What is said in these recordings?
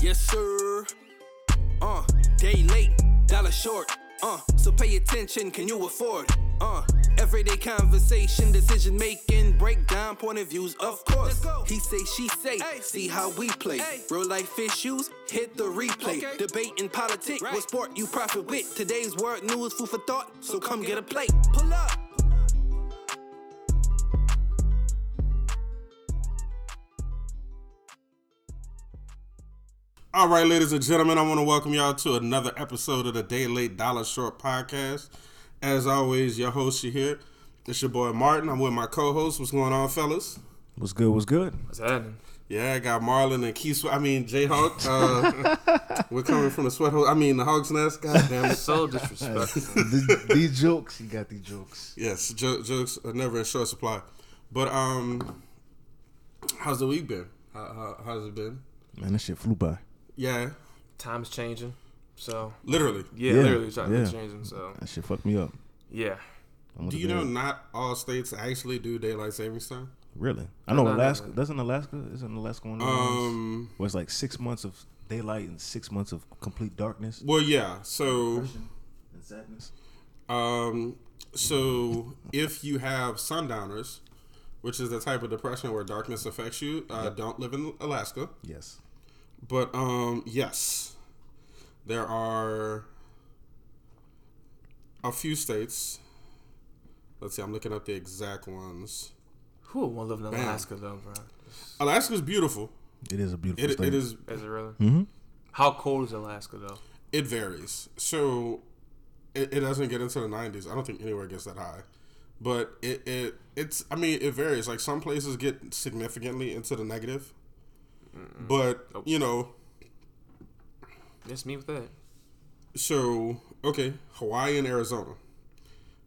Yes, sir. Uh, day late, dollar short. Uh, so pay attention, can you afford? Uh, everyday conversation, decision making, breakdown, point of views, of course. He say, she say, Ay. see how we play. Ay. Real life issues, hit the replay. Okay. Debate in politics, Right. what sport you profit with. Today's world news, food for thought, so come get a plate. Pull up. All right, ladies and gentlemen, I want to welcome y'all to another episode of the Day Late Dollar Short podcast. As always, your host you here. It's your boy Martin. I'm with my co-host. What's going on, fellas? What's good? What's good? What's happening? Yeah, I got Marlon and Keith. Swe- I mean Jay Hawk. Uh, we're coming from the sweat hole. I mean the Hawks Nest. God damn it. So disrespectful. these, these jokes, you got these jokes. Yes, jo- jokes are never in short supply. But um, how's the week been? How, how, how's it been? Man, that shit flew by. Yeah, Time's changing. So literally. yeah, Yeah, literally time's yeah. changing. So That shit fucked me up. yeah. I went Do to you know bed. not all states actually do daylight savings time? Really? I know no, no, Alaska. no. Doesn't Alaska? Isn't Alaska one of the ones Um. where it's like six months of daylight and six months of complete darkness Well, yeah. So, and sadness? um, so if you have sundowners, which is the type of depression where darkness affects you, uh, don't live in Alaska. Yes. But um, yes, there are a few states. Let's see. I'm looking up the exact ones. Who would want to live in Man. Alaska though, bro? Alaska's beautiful. It is a beautiful It, state. it is. Is it really? Mm-hmm. How cold is Alaska though? It varies. So it, it doesn't get into the 90s. I don't think anywhere gets that high. But it, it it's I mean it varies. Like some places get significantly into the negative. But Nope. you know, It's me with that. so okay, Hawaii and Arizona.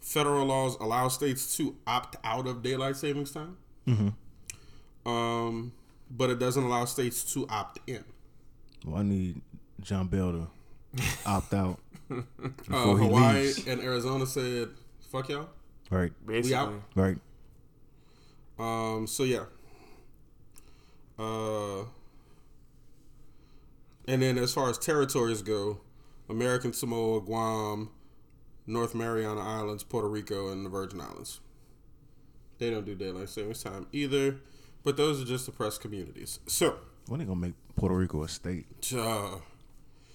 Federal laws allow states to opt out of daylight savings time. Mm-hmm. Um, but it doesn't allow states to opt in. Well, I need John Bell to opt out before Uh, he Hawaii leaves. and Arizona said, "Fuck y'all." Right. Basically. Right. Um. So yeah. Uh. And then, as far as territories go, American Samoa, Guam, North Mariana Islands, Puerto Rico, and the Virgin Islands. They don't do daylight savings time either, but those are just oppressed communities. So, When they gonna make Puerto Rico a state? uh,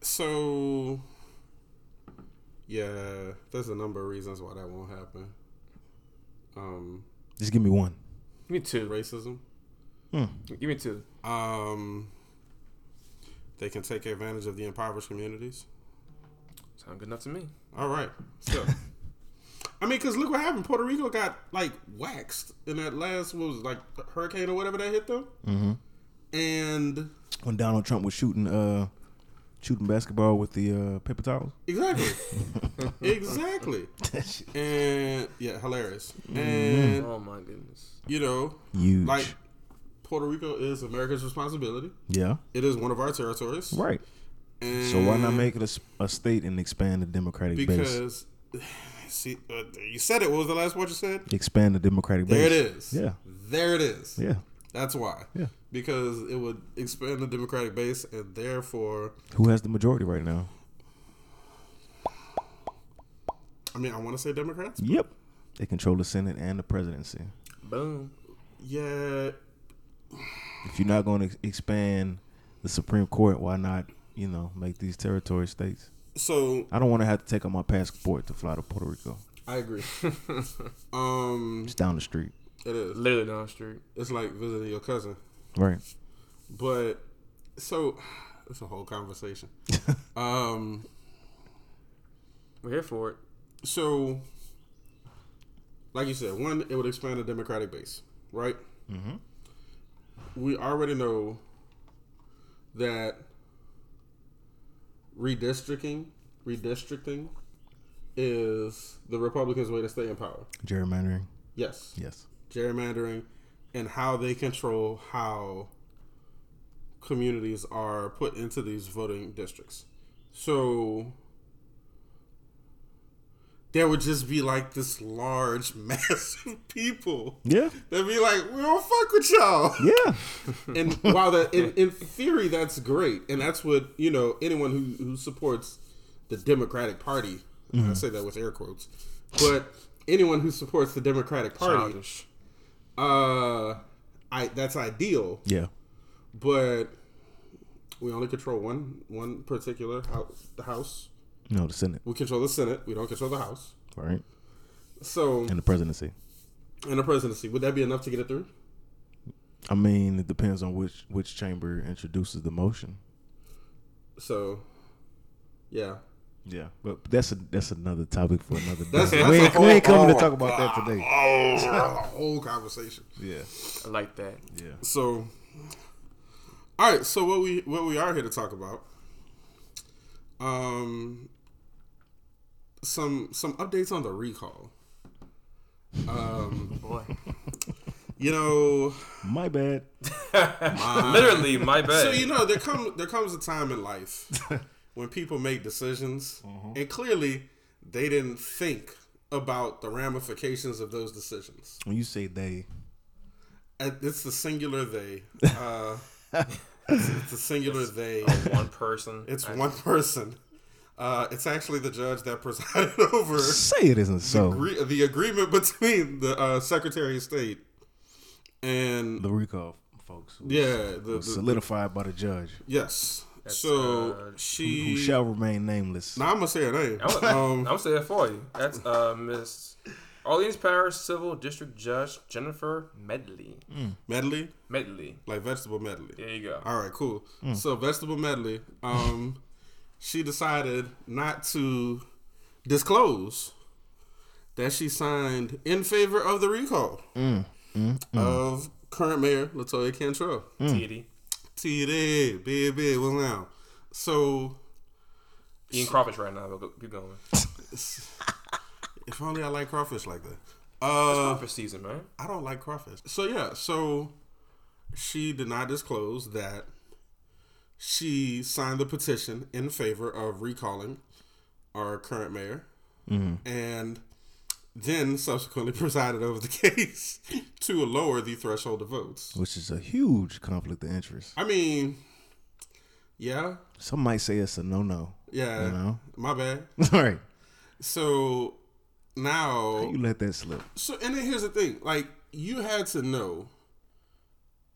so yeah, there's a number of reasons why that won't happen. Um, Just give me one. Give me two. racism. Give me two. Um, they can take advantage of the impoverished communities. Sound good enough to me. All right, so I mean, because look what happened. Puerto Rico got like waxed in that last what was it, like hurricane or whatever that hit them, mm-hmm. and When Donald Trump was shooting, uh, shooting basketball with the uh, paper towels. exactly, exactly, That shit- and yeah, hilarious, and Oh my goodness. you know, Mm-hmm. Huge. like Puerto Rico is America's responsibility. yeah. It is one of our territories, Right. And So why not make it a s- a, state and expand the democratic base? because see, uh, you said it. What was the last word you said? Expand the democratic There base. it is. Yeah. There it is. Yeah. That's why. Yeah. Because it would expand the Democratic base and therefore Who has the majority right now? I mean I wanna say Democrats. Yep. They control the Senate and the presidency. Boom. Yeah. If you're not going to ex- expand the Supreme Court, why not, you know, make these territory states? So I don't want to have to take out my passport to fly to Puerto Rico. I agree. um It's down the street. it is. Literally down the street. It's like visiting your cousin. Right. But so it's a whole conversation. um We're here for it. so like you said one it would expand the democratic base right mm-hmm. we already know that redistricting redistricting is the republicans way to stay in power Gerrymandering. yes Yes. gerrymandering and how they control how communities are put into these voting districts. So there would just be like this large mass of people. Yeah. They'd be like, we don't fuck with y'all. Yeah. And while that, in, in theory, that's great, and that's what you know. Anyone who who supports the Democratic Party, Mm-hmm. I say that with air quotes, but anyone who supports the Democratic Party, Childish. uh, I that's ideal. Yeah. But we only control one one particular house. The House. No, the Senate, We control the Senate. We don't control the House. right? So And the presidency. in the presidency, would that be enough to get it through? I mean, it depends on which which chamber introduces the motion. So, yeah. Yeah, but that's a, that's another topic for another day. That's- that's we a ain't, we ain't whole- coming to oh, talk about that today. Oh, whole conversation. Yeah, I like that. yeah. So, all right. So what we what we are here to talk about, um, some some updates on the recall. Boy. You know, My bad. Literally, my bad. so you know there come there comes a time in life when people make decisions, Mm-hmm. and clearly they didn't think about the ramifications of those decisions. When you say they, And It's the singular they. Uh, it's, it's the singular they. Oh, one person. It's I- one person. Uh, it's actually the judge that presided over say it isn't so. agree- the agreement between the uh, Secretary of State and The recall, folks. was- yeah, the, was the- solidified by the judge, yes. So uh, she. who shall remain nameless. Nah, I'm gonna say her name. I'm, I'm Um, gonna say that for you. That's uh, Miss Orleans Parish Civil District Judge Jennifer Medley. medley, Medley. like vegetable medley. There you go. All right, cool. So vegetable medley. Um, she decided not to disclose that she signed in favor of the recall of current mayor Latoya Cantrell. Mm. Titty. T-Day, baby, well now. So Eating crawfish right now. But go, keep going. if only I like crawfish like that. Uh, Crawfish season, man. I don't like crawfish. So yeah, so she did not disclose that she signed the petition in favor of recalling our current mayor, Mm-hmm. and then subsequently presided over the case to lower the threshold of votes. which is a huge conflict of interest. I mean, yeah, Some might say it's a no-no. yeah. You know? My bad. All right, So now you let that slip. So, and then here's the thing: like, you had to know.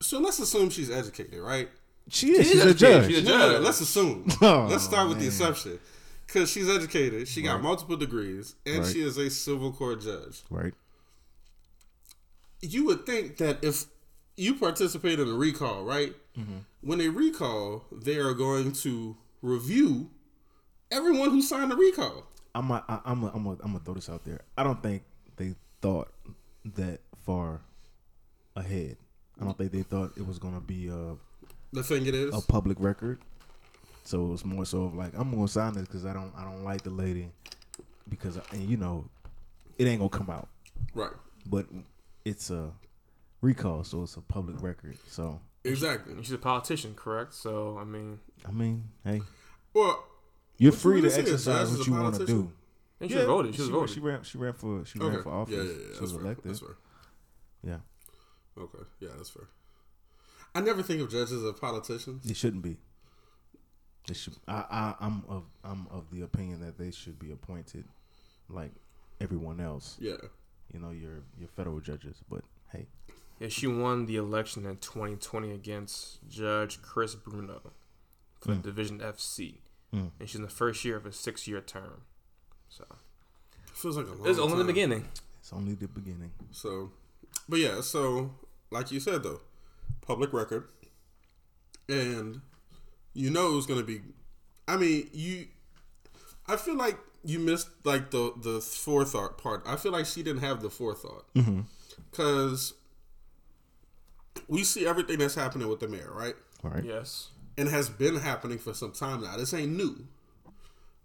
So let's assume she's educated, right? She is. She's a educated. judge. She's a- No, no, no, let's assume. Oh, let's start with the assumption, because she's educated. She got multiple degrees, and Right. she is a civil court judge. right. You would think that if you participate in a recall, right? Mm-hmm. When they recall, they are going to review everyone who signed the recall. I'm a, I, I'm a, I'm a, I'm gonna throw this out there. I don't think they thought that far ahead. I don't think they thought it was gonna be a, The thing it is, a public record. So it was more so of like I'm gonna sign this because I don't I don't like the lady because I, and you know it ain't gonna come out, right? but it's a recall, so it's a public record. So Exactly. She's a politician, correct? So I mean, I mean, hey, Well, you're What you free really to say is exercise Jazz what is you a want to politician? do. I think she was voted. She was she, voted. she ran. She ran for. She okay. ran for office. Yeah, yeah, yeah. She That's was fair. elected. That's fair. Yeah, Okay, yeah, that's fair. I never think of judges as politicians. It shouldn't be. It should. I, I I'm of I'm of the opinion that they should be appointed, like everyone else. Yeah, You know, your your federal judges. But hey, yeah, she won the election in 2020 against Judge Chris Bruno for Division FC, Mm. and she's in the first year of a six-year term. So feels like a long. it's only the time. beginning. it's only the beginning. So, but yeah, so like you said though, public record, and you know it's gonna be. I mean, you. I feel like you missed like the the forethought part. I feel like she didn't have the forethought because we see everything that's happening with the mayor, right? All right. Yes. and has been happening for some time now. This ain't new.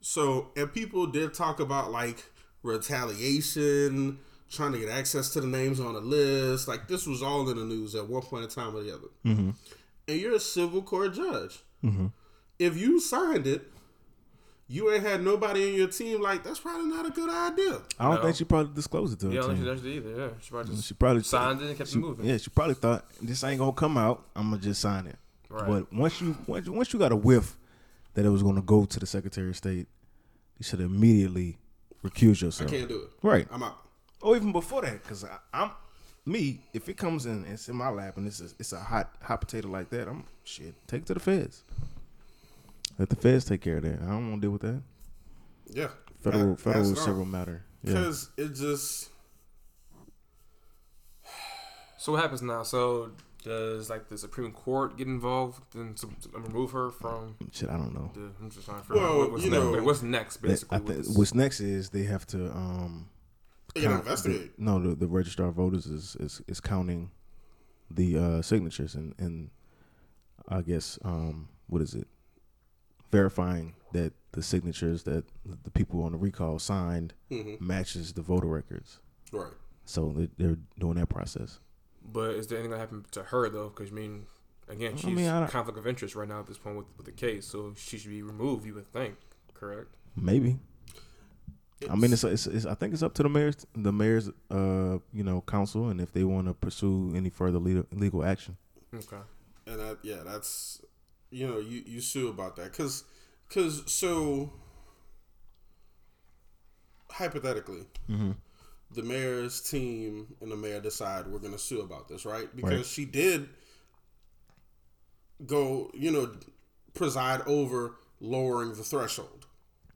So, and people did talk about like retaliation, trying to get access to the names on the list. Like this was all in the news at one point in time or the other. And you're a civil court judge. If you signed it, you ain't had nobody on your team, like that's probably not a good idea. I don't No. think she probably disclosed it to her Yeah, I don't team. think that's either. Yeah, she probably just she probably signed it and kept she- it moving. Yeah, she probably thought this ain't gonna come out. I'm gonna just sign it. Right. But once you once, once you got a whiff that it was gonna go to the Secretary of State, you should immediately recuse yourself. Can't do it. Right. I'm out. Or Oh, even before that, because I'm me. If it comes in, it's in my lap, and it's a, it's a hot hot potato like that. I'm shit. Take it to the feds. Let the feds take care of that. I don't want to deal with that. Yeah. Federal That- federal that's civil wrong. matter. Yeah. Because it just So what happens now? So does like the Supreme Court get involved and to, to remove her from? Shit, I don't know. The, I'm just trying to figure out Well, what- what's you next. know, like, what's next, That- basically. I with think- this. what's next is they have to um you gotta count- investigate. the- no, the, the registrar of voters is, is is counting the uh signatures and and I guess um what is it? Verifying that the signatures that the people on the recall signed Mm-hmm. matches the voter records. Right. So they're, they're doing that process. But is there anything that happened to her though? Because I mean, again, she's mean, I don't- conflict of interest right now at this point with, with the case, so she should be removed. You would think, correct? Maybe. I mean, it's, it's, it's I think it's up to the mayor's the mayor's uh you know council and if they want to pursue any further legal, legal action. Okay. and that yeah that's you know you you sue about that because because so hypothetically the mayor's team and the mayor decide we're gonna sue about this right because Right. she did go you know preside over lowering the threshold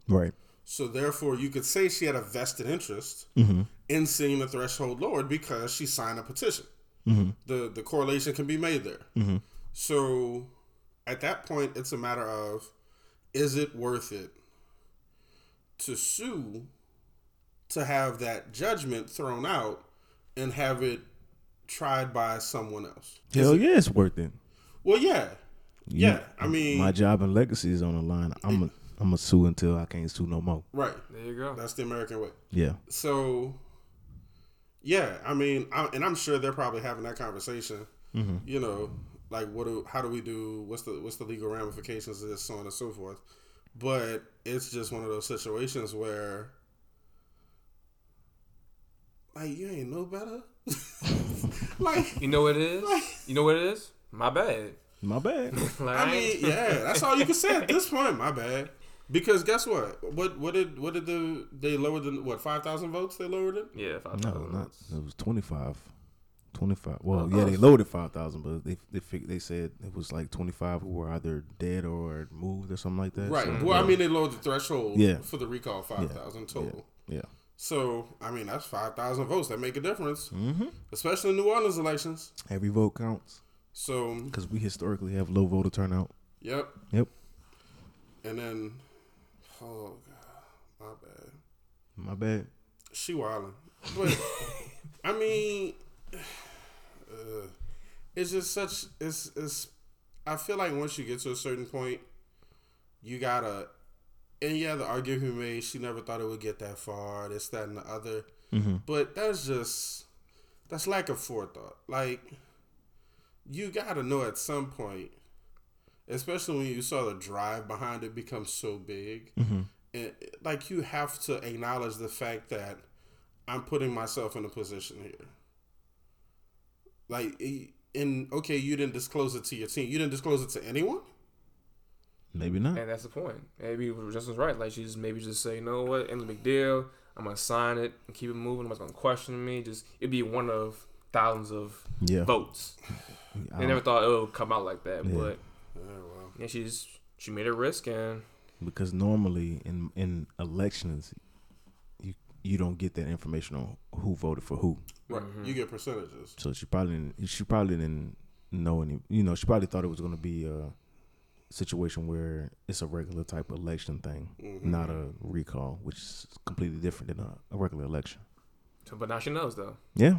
Right. so therefore you could say she had a vested interest in seeing the threshold lowered because she signed a petition the the correlation can be made there. So at that point, it's a matter of is it worth it to sue to have that judgment thrown out and have it tried by someone else? Hell yeah, it's worth it. Well, yeah, You- yeah. I mean, my job and legacy is on the line. I'm a, I'm a sue until I can't sue no more. right. There you go. That's the American way. Yeah. so yeah i mean I, and i'm sure they're probably having that conversation you know like what do how do we do what's the what's the legal ramifications of this so on and so forth but it's just one of those situations where like you ain't know better like You know what it is? You know what it is? My bad. My bad. Like, i mean yeah that's all you can say at this point my bad because guess what what what did what did the they lowered the what 5000 votes they lowered it yeah, if I No, thought- not it was 25. 25. Well, yeah, they loaded 5,000, but they they fig- they said it was like 25 who were either dead or moved or something like that. Right. So, well, I mean, they lowered the threshold Yeah. for the recall five thousand total. yeah. So I mean, that's five thousand votes that make a difference, mm-hmm. especially in New Orleans elections. Every vote counts So cuz we historically have low voter turnout. yep, Yep. and then oh god, my bad, My bad. she wilding. But I mean, uh, it's just such it's it's. I feel like once you get to a certain point, you gotta. And yeah, the argument we made, she never thought it would get that far. This, that, and the other. But that's just that's lack of forethought. Like you gotta know at some point, especially when you saw the drive behind it become so big, and, like you have to acknowledge the fact that I'm putting myself in a position here. Like, e- and okay, you didn't disclose it to your team. You didn't disclose it to anyone. Maybe not. And that's the point. Maybe Justin's right. Like she's maybe just say, you know what, ain't no big deal. I'm gonna sign it and keep it moving. Nobody's gonna question me. Just it'd be one of thousands of Yeah. Uh-huh. votes. I They don't- never thought it would come out like that, but Oh, well. yeah, she's she made a risk and because normally in in elections you you don't get that information on who voted for who. Right. You get percentages. So she probably didn't, she probably didn't know any. You know, she probably thought it was going to be a situation where it's a regular type election thing, Mm-hmm. not a recall, which is completely different than a, a regular election. so- but now she knows though. Yeah.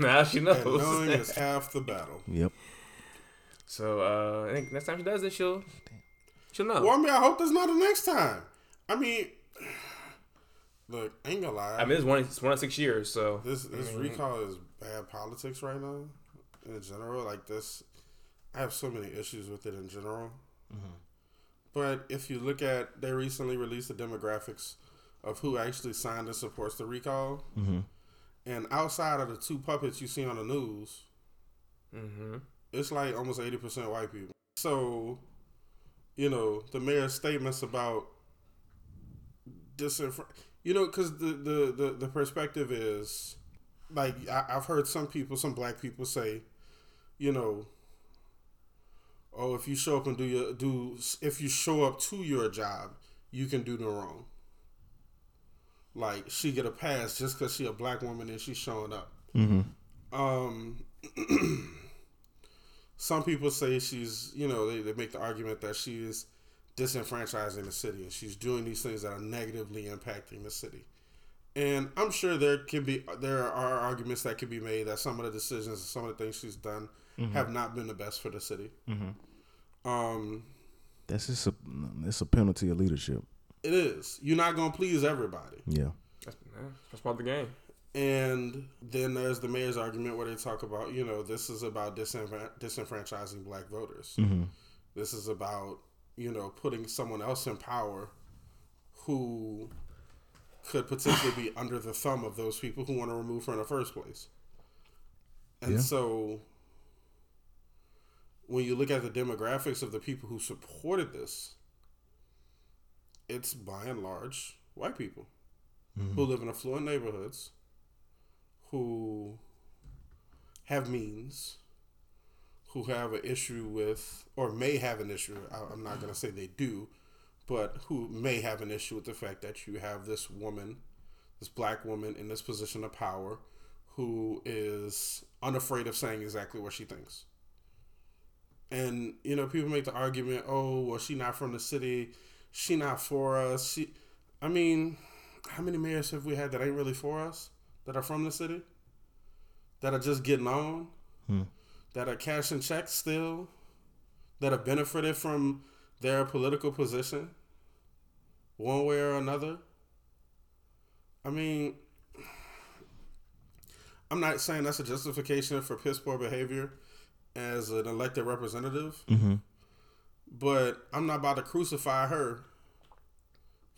now she And knowing knows. is half the battle. yep. so uh, I think next time she does it, she'll she'll know. Well, I mean, I hope that's not the next time. I mean, look, I ain't gonna lie. I mean, it's one it's one in six years, so this this recall is bad politics right now, in general. Like this, I have so many issues with it in general. But if you look at, they recently released the demographics of who actually signed and supports the recall. Mm-hmm. And outside of the two puppets you see on the news, Mm-hmm. it's like almost 80% white people. So, you know, the mayor's statements about disinfra you know, because the, the, the, the perspective is like, I, I've heard some people, some black people say, you know, oh, if you show up and do your, do, if you show up to your job, you can do no wrong. Like, she get a pass just because she a black woman and she's showing up. Mm-hmm. Um, some people say she's, you know, they, they make the argument that she is disenfranchising the city and she's doing these things that are negatively impacting the city. And I'm sure there can be there are arguments that can be made that some of the decisions and some of the things she's done have not been the best for the city. Um, That's just a that's a penalty of leadership. it is. You're not gonna please everybody. Yeah. That's, yeah, that's part of the game. And then there's the mayor's argument where they talk about, you know, this is about disenfran- disenfranchising black voters. This is about, you know, putting someone else in power who could potentially be under the thumb of those people who want to remove her in the first place. And Yeah. so when you look at the demographics of the people who supported this, it's by and large white people who live in affluent neighborhoods, who have means, who have an issue with, or may have an issue. I- I'm not going to say they do, but who may have an issue with the fact that you have this woman, this black woman in this position of power who is unafraid of saying exactly what she thinks. And you know, people make the argument, "Oh, well, she not from the city, she not for us." She, I mean, how many mayors have we had that ain't really for us, that are from the city, that are just getting on, Hmm. that are cashing checks still, that have benefited from their political position, one way or another. I mean, I'm not saying that's a justification for piss poor behavior as an elected representative, Mm-hmm. but I'm not about to crucify her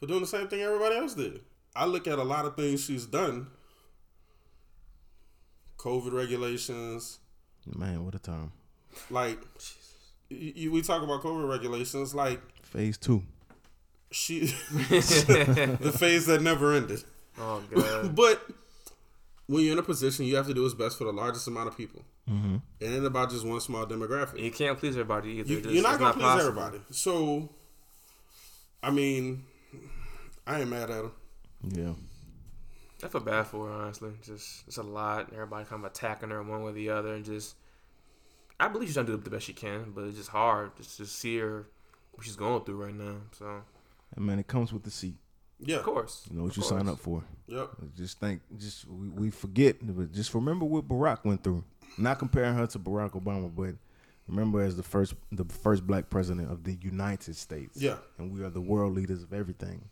for doing the same thing everybody else did. I look at a lot of things she's done COVID regulations, Man, what a time. like, y- y- we talk about COVID regulations, like, Phase two. she, the phase that never ended. Oh god. But when you're in a position, you have to do what's best for the largest amount of people. Mm-hmm. It ain't about just one small demographic. You can't please everybody either. You, It's- you're not it's gonna please possible. everybody. So, I mean, I ain't mad at him. Yeah. I feel bad for her, honestly. Just it's a lot. and Everybody kind of attacking her one way or the other, and just I believe she's trying to do the best she can, but it's just hard just to see her what she's going through right now. So And man, it comes with the seat. Yeah. of course, You know what of you sign course. up for. Yep. Just think, just we, we forget, but just remember what Barack went through. Not comparing her to Barack Obama, but remember as the first, the first black president of the United States. Yeah. and we are the world leaders of everything.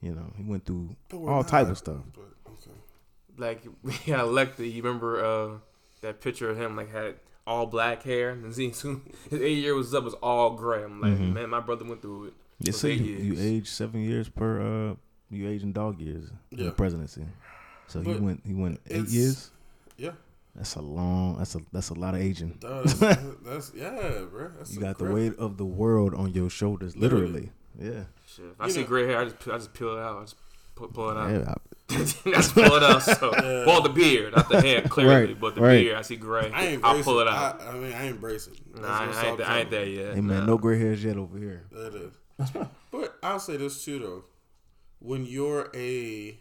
You know, he went through But we're all not. type of stuff. But, okay. Like we got elected. You remember uh, that picture of him like had all black hair, and then soon his eight year was up was all gray. I'm like, man, my brother went through it. They Those say eight Mm-hmm. you, you years. age seven years per uh, you age in dog years in Yeah. the presidency. So he But went, he went eight it's- years. Yeah. That's a long. That's a that's a lot of aging. That's, that's yeah, bro. That's You a got the grip. weight of the world on your shoulders, Literally. literally. Yeah. Shit, if I You see know- gray hair, I just I just peel it out. I just pull, pull it out. yeah. I- That's pull it out. So, well, the beard, not the hair, clearly, Right, but the right. beard, I see gray. I ain't. I'll pull it out. I, I mean, I embrace it. Nah, I, I, ain't, I ain't there yet. Hey man, nah. no gray hairs yet over here. That is. but I'll say this too, though. When you're a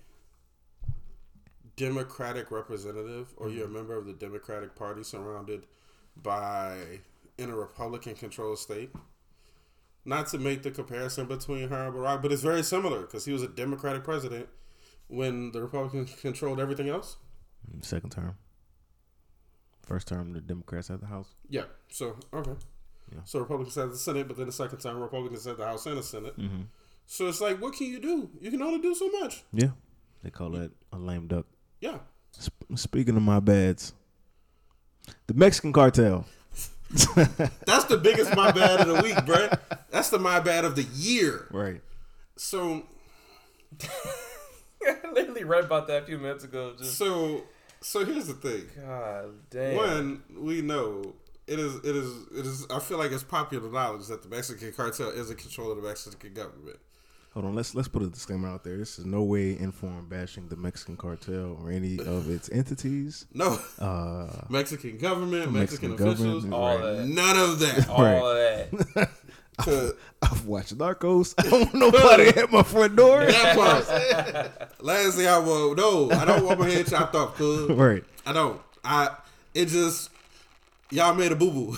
Democratic representative or you're a member of the Democratic Party surrounded by in a Republican controlled state, not to make the comparison between her and Barack, but it's very similar because he was a Democratic president when the Republicans controlled everything else. Second term. First term, the Democrats had the House. Yeah. So, okay. Yeah. So Republicans had the Senate, but then the second time Republicans had the House and the Senate. Mm-hmm. So it's like, what can you do? You can only do so much. Yeah. They call that a lame duck. Yeah. Sp- speaking of my bads, the Mexican cartel. That's the biggest my bad of the week, bruh. That's the my bad of the year. Right. So, I literally read about that a few minutes ago. Just so, so here's the thing. God damn. One, we know it is, it is, it is. I feel like it's popular knowledge that the Mexican cartel is in control of the Mexican government. Hold on. Let's let's put a disclaimer out there. This is no way informed bashing the Mexican cartel or any of its entities. No, Uh, Mexican government, Mexican, Mexican officials, government, All that. none of that. All of that. 'Cause I've watched Narcos. I don't want nobody at my front door. that part. Last thing I want, no, I don't want my head chopped off, cuz. Right. I don't. I. It just y'all made a boo boo.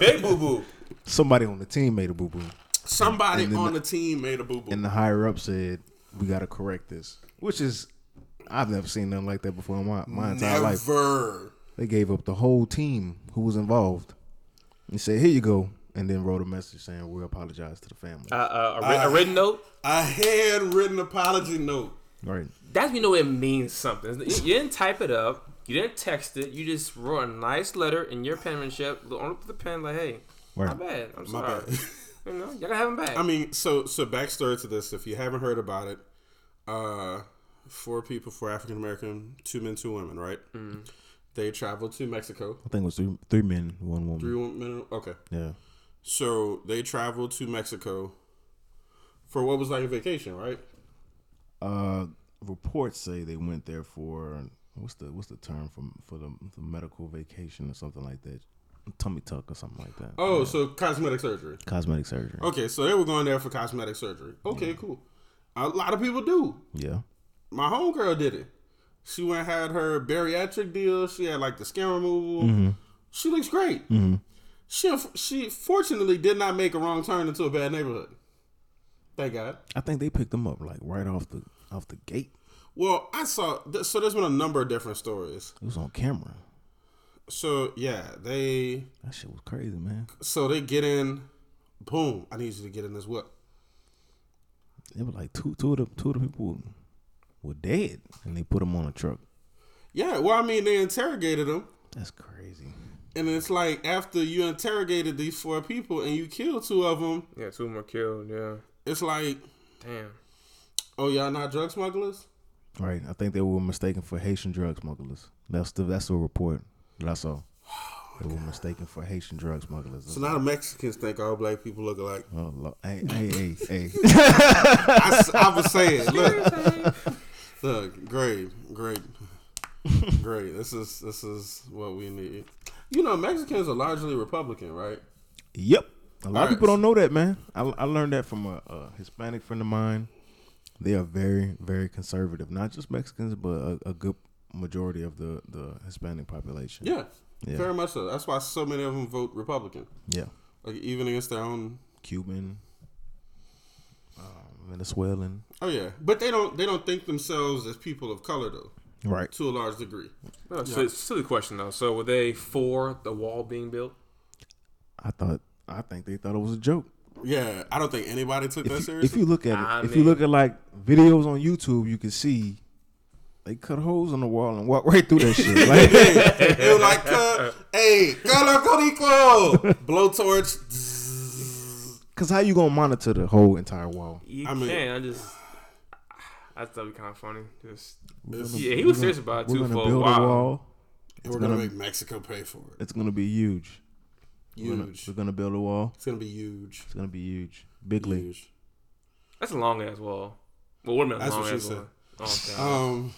Big boo boo. Somebody on the team made a boo boo, Somebody And then on the team made a boo boo. and the higher up said we got to correct this, which is I've never seen nothing like that before in my, my entire life. Never. They gave up the whole team who was involved and said, "Here you go," and then wrote a message saying, "We apologize to the family." Uh, uh, a, writ- a written note. A handwritten apology note. right. That's when you know it means something. You, you didn't type it up. You didn't text it. You just wrote a nice letter in your penmanship on the pen, like, "Hey, my Right. bad. I'm My sorry. bad. You know, y'all gotta have him back." I mean, so so backstory to this. If you haven't heard about it, uh, four people, four African American, two men, two women, right? They traveled to Mexico. I think it was three, three men, one woman. Three women. Okay. Yeah. So they traveled to Mexico for what was like a vacation, right? Uh, reports say they went there for what's the what's the term for for the, the medical vacation or something like that, tummy tuck or something like that. Oh, so cosmetic surgery. Cosmetic surgery. Okay, so they were going there for cosmetic surgery. Okay, cool. A lot of people do. Yeah. My homegirl did it. She went and had her bariatric deal. She had like the skin removal. She looks great. She unf- she fortunately did not make a wrong turn into a bad neighborhood. Thank God. I think they picked them up like right off the off the gate. Well, I saw th- so there's been a number of different stories. It was on camera. So yeah, they That shit was crazy, man. so they get in. Boom! I need you to get in as well. It was like two two of the two of the people were dead, and they put them on a truck. Yeah. Well, I mean, they interrogated him. That's crazy. And it's like after you interrogated these four people and you killed two of them, yeah, two more killed. Yeah, it's like, damn. oh, y'all not drug smugglers? Right. I think they were mistaken for Haitian drug smugglers. That's the that's the report that I saw. They were mistaken for Haitian drug smugglers. So now the Mexicans think all black people look alike. Oh, Lord. hey, hey, hey, hey. I, s- I was saying, look, look, great, great, great. This is this is what we need. You know, Mexicans are largely Republican, right? Yep. A lot All right. of people don't know that, man. I, I learned that from a, a Hispanic friend of mine. They are very, very conservative. Not just Mexicans, but a, a good majority of the, the Hispanic population. Yeah, Yeah. very much so. That's why so many of them vote Republican, Yeah. like even against their own. Cuban, um, Venezuelan. Oh yeah, but they don't they don't think themselves as people of color though, Right. to a large degree. No, so it's a Oh, silly question though. So were they for the wall being built? I thought, I think they thought it was a joke. Yeah, I don't think anybody took that If you, seriously. if you look at it, I if mean- you look at like videos on YouTube, you can see they cut holes in the wall and walk right through that shit. Like, It was like, uh, hey, color codico, blowtorch. Zzz. Cause how you gonna monitor the whole entire wall? You I mean- can. I just. I thought it kind of funny. Just We're gonna- yeah, he we're was gonna- serious about it We're too gonna for a build while. a wall. And we're gonna gonna- make Mexico pay for it. It's gonna be huge. We're gonna, Huge. we're gonna build a wall. It's gonna be huge. It's gonna be huge. Big league. Huge. That's a long ass wall. Well, what a minute, That's long what she ass wall. Oh, God. Um,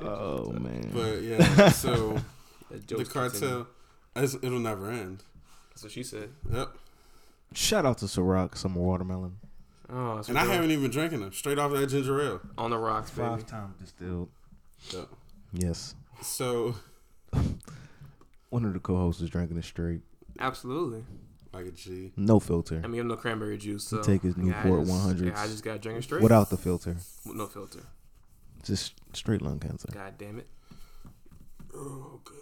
Oh man. but yeah, so That the joke's continue. cartel, it's, it'll never end. That's what she said. Yep. Shout out to Ciroc Summer Watermelon. Oh, that's And I what haven't even drinking them. Straight off that ginger ale. on the rocks, baby. Five time distilled. Yep. Yes. So One of the co-hosts is drinking it straight, Absolutely. like a G. no filter, I mean, I'm no cranberry juice. So take his yeah, I Newport just- 100s. Yeah, I just got to drink it straight. without the filter, With No filter. just straight lung cancer. God damn it. Oh god.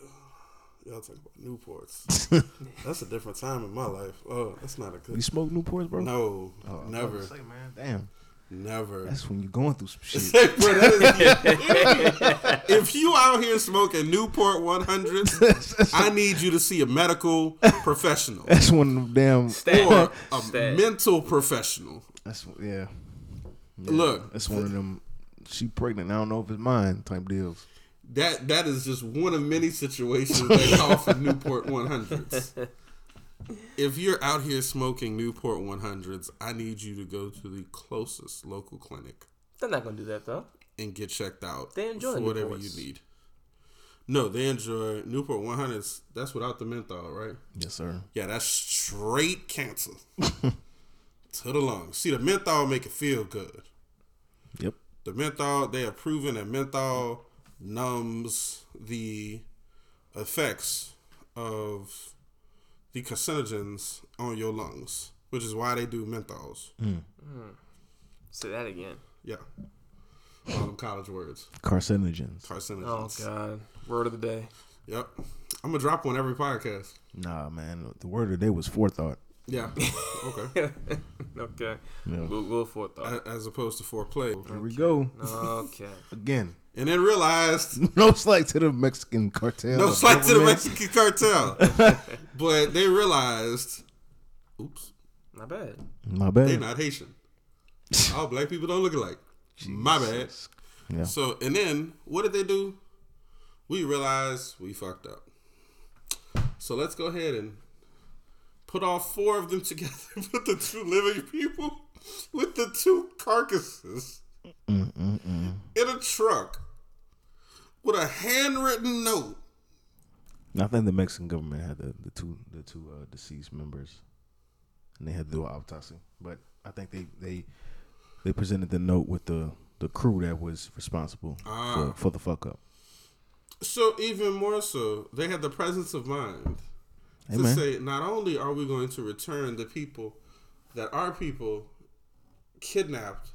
Y'all talking about Newports. that's a different time in my life. Oh, that's not a You good. smoke Newports, bro? No, Oh, I was about never, to say, man. Damn, never. that's when you're going through some shit. Bro, that is- if you out here smoking Newport 100s, I need you to see a medical professional That's one of them damn. or Stat. a Stat. mental professional. That's yeah. Look, That's one of them. She pregnant. I don't know if it's mine. Type deals. that that is just one of many situations they call for Newport 100s. If you're out here smoking Newport 100s, I need you to go to the closest local clinic They're not gonna do that though. and get checked out They enjoy for whatever Newports. you need. No, they enjoy Newport 100s. That's without the menthol, right? Yes, sir. Yeah, that's straight cancer to the lungs. See, the menthol make it feel good. Yep. The menthol, they have proven that menthol numbs the effects of the carcinogens on your lungs, which is why they do menthols. Say that again. Yeah. All them college words. Carcinogens. Oh Carcinogens. God. Word of the day. Yep. I'm going to drop one every podcast. Nah, man. The word of the day was forethought. Yeah. okay. Okay. Yeah. We'll, we'll forethought. A- As opposed to foreplay. Here we go Okay. again. And then realized No slight to the Mexican cartel. No of slight to the governments. Mexican cartel. but they realized, oops, Not bad. My they're bad. not Haitian. All black people don't look alike. My bad. Yeah. So, and then what did they do? We realized we fucked up. So let's go ahead and put all four of them together with the two living people with the two carcasses in a truck with a handwritten note I think the Mexican government had the, the two the two uh, deceased members, and they had to do an autopsy. But I think they they they presented the note with the the crew that was responsible Ah. for, for the fuck up. So even more so, they had the presence of mind Hey, to man. say, not only are we going to return the people that our people kidnapped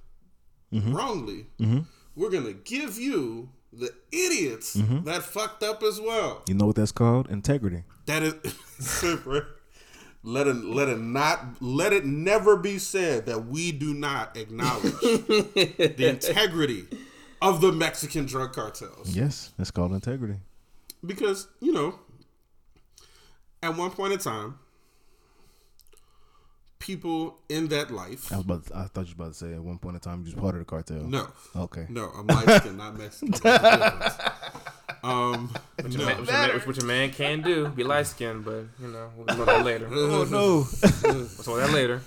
wrongly, we're going to give you the idiots that fucked up as well. You know what that's called? Integrity. That is super. Let it let it not let it never be said that we do not acknowledge the integrity of the Mexican drug cartels Yes, that's called integrity. because you know at one point in time people in that life I was about to, I thought you were about to say at one point in time you was part of the cartel. no Okay. no i'm light skinned not mexican There's a difference. um Ma- Which a, man, which, which a man can do. Be light skinned, but you know, we'll talk about that later. We'll Oh no. talk about that later.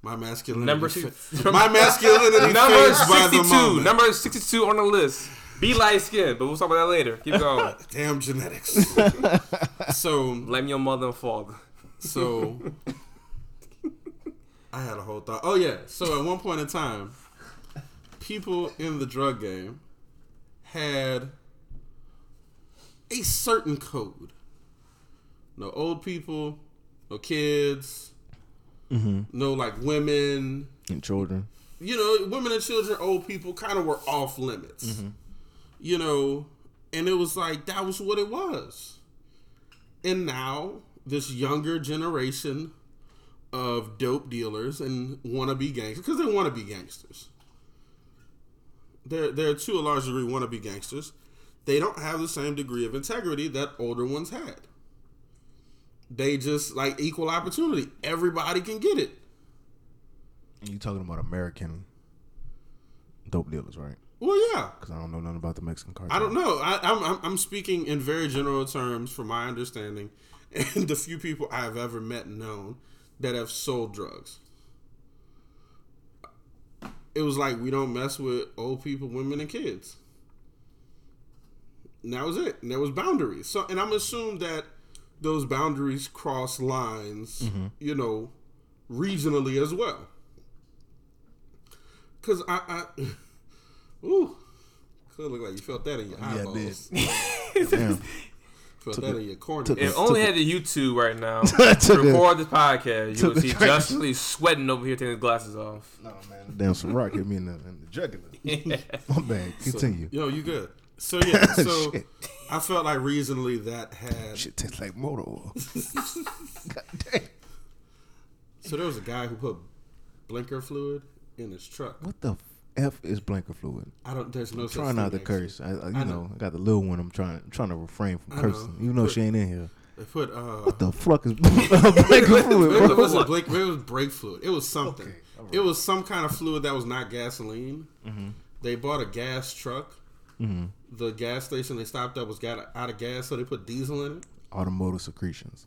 my masculinity Number fa- six- my masculinity Number fades by the 62. moment. Number 62 on the list. Be light skinned, but we'll talk about that later. Keep going. damn genetics so Blame your mother and father. so i had a whole thought oh yeah so at one point in time people in the drug game had a certain code. No old people, no kids, no like women. And children. You know, women and children, old people kind of were off limits. You know, and it was like that was what it was. And now this younger generation of dope dealers and wannabe gangsters, because they want to be gangsters. They're, they're to a large degree wannabe gangsters they don't have the same degree of integrity that older ones had. They just like equal opportunity. Everybody can get it. And you talking about American dope dealers, right? Well, yeah. Because I don't know nothing about the Mexican cartel. I don't know. I, I'm I'm- I'm speaking in very general terms from my understanding, and the few people I have ever met and known that have sold drugs. It was like we don't mess with old people, women, and kids. And that was it. And there was boundaries. So, and I'm assumed that those boundaries cross lines, you know, regionally as well. Cause I, I ooh, could look like you felt that in your I eyeballs. Damn. Felt that in your corner. took If Took only it. had the YouTube right now Took to it. record this podcast, you Took would see it. Justin Lee sweating over here taking his glasses off. Damn, some rock hit me in the, in the jugular. My bad. Continue. Yo, you good? So yeah, so Shit. I felt like recently that had. Shit tastes like motor oil. God damn. So there was a guy who put blinker fluid in his truck. What the? F- F is blanker fluid. I don't. There's no. I'm such trying not to thing, actually. curse. I, I you I know. know. I got the little one. I'm trying I'm trying to refrain from I know. cursing. You know she ain't in here. They put uh. What the fuck is blanker It, fluid, was- it bro? wasn't brake. It was brake fluid. It was something. Okay, all right. Mm-hmm. It was some kind of fluid that was not gasoline. They bought a gas truck. The gas station they stopped at was got out of gas, so they put diesel in it. Automotive secretions.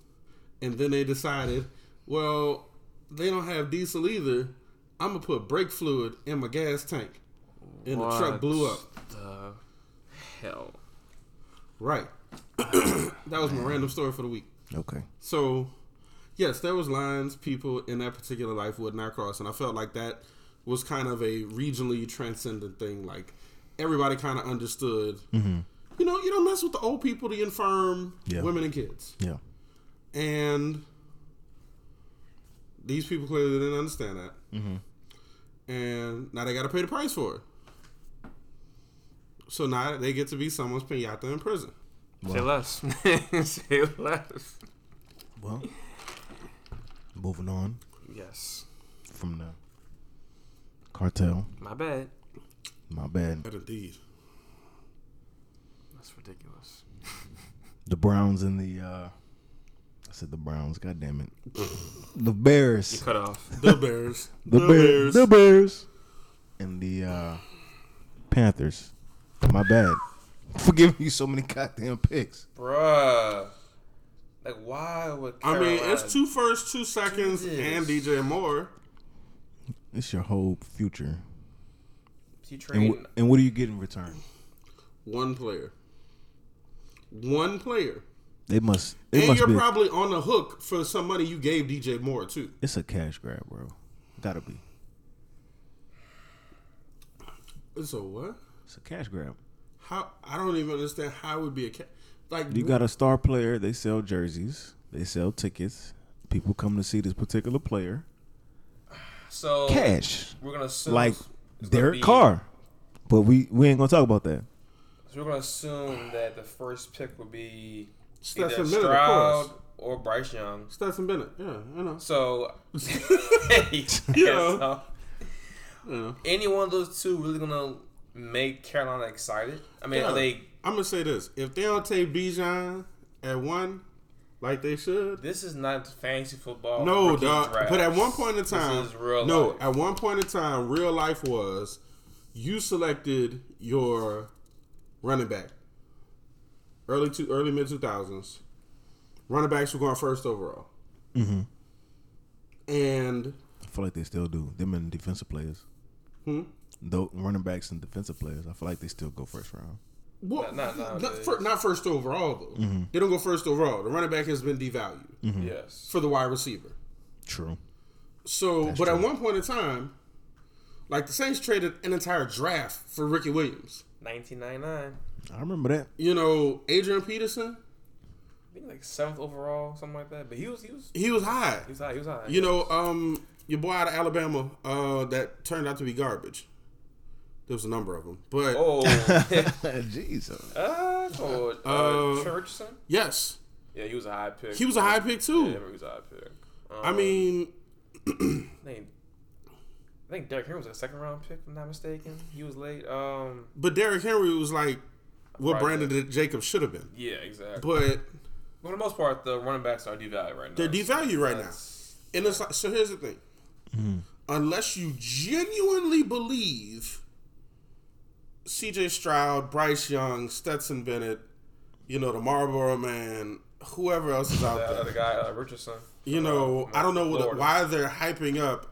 And then they decided, well, they don't have diesel either. I'm gonna put brake fluid in my gas tank, and the truck blew up. The Uh, hell. Right. that was my random story for the week. Okay. So, yes, there was lines people in that particular life would not cross, and I felt like that was kind of a regionally transcendent thing. Like everybody kind of understood. You know, you don't mess with the old people, the infirm, Mm-hmm. Yeah. women and kids, Yeah. and these people clearly didn't understand that. Mm-hmm. And now they got to pay the price for it. So now they get to be someone's pinata in prison. Say less. Say less. Well, moving on Yes. from the cartel. My bad. My bad. That indeed. That's ridiculous. The Browns and the. uh I said the Browns. God damn it. The Bears. You cut off. The Bears. the, Bears. the Bears, and the uh, Panthers. My bad for giving you so many goddamn picks. Bruh. Like, why would I mean, it's two first, two seconds, and DJ Moore. It's your whole future. You And, trading w- and what do you get in return? One player. One player. They must. It and must you're be. probably on the hook for some money you gave DJ Moore, too. it's a cash grab, bro. Gotta be. So what? It's a cash grab. How? I don't even understand how it would be a cat. Like, You got a star player. They sell jerseys. They sell tickets. People come to see this particular player. so Oh. Cash, we're gonna assume like it's gonna Derek be- Carr. But we we ain't gonna talk about that. So we're gonna assume that the first pick would be either Stetson Bennett, of Stroud course. or Bryce Young. Stetson Bennett. Yeah, I know. So, Yeah. Yeah. any one of those two really gonna make Carolina excited? I mean, Yeah. are they? I'm going to say this. If they don't take Bijan at one, like they should, This is not fantasy football. No, rookie dog. drafts. But at one point in This time, is real no, life. at one point in time, real life was you selected your running back early to early mid two thousands. Running backs were going first overall, and I feel like they still do. Them and defensive players. Hmm? Though running backs and defensive players, I feel like they still go first round. well, not, Not- not nowadays. fir- not first overall though. They don't go first overall. The running back has been devalued yes. for the wide receiver. True. So, but at true. one point in time, like the Saints traded an entire draft for Ricky Williams. 1999. I remember that. You know, Adrian Peterson. I think like seventh overall, something like that. But he was, he was, He was high. he was high. He was high. You know, um, your boy out of Alabama uh, that turned out to be garbage. There was a number of them, but Oh, Jesus. uh, or, uh, Uh, Richardson. yes, Yeah, he was a high pick. he was a high pick Yeah, I too. remember he was a high pick. Um, I mean, I think, I think Derek Henry was like a second round pick, if I'm not mistaken. He was late. Um, but Derrick Henry was like what Right. Brandon Jacobs should have been, yeah, exactly. But but for the most part, the running backs are devalued right now. they're devalued right now. That's- And it's like, so here's the thing: unless you genuinely believe C.J. Stroud, Bryce Young, Stetson Bennett, you know the Marlboro Man, whoever else is out That there, other guy, uh, Richardson. Uh, You know, I don't know what, Florida. why they're hyping up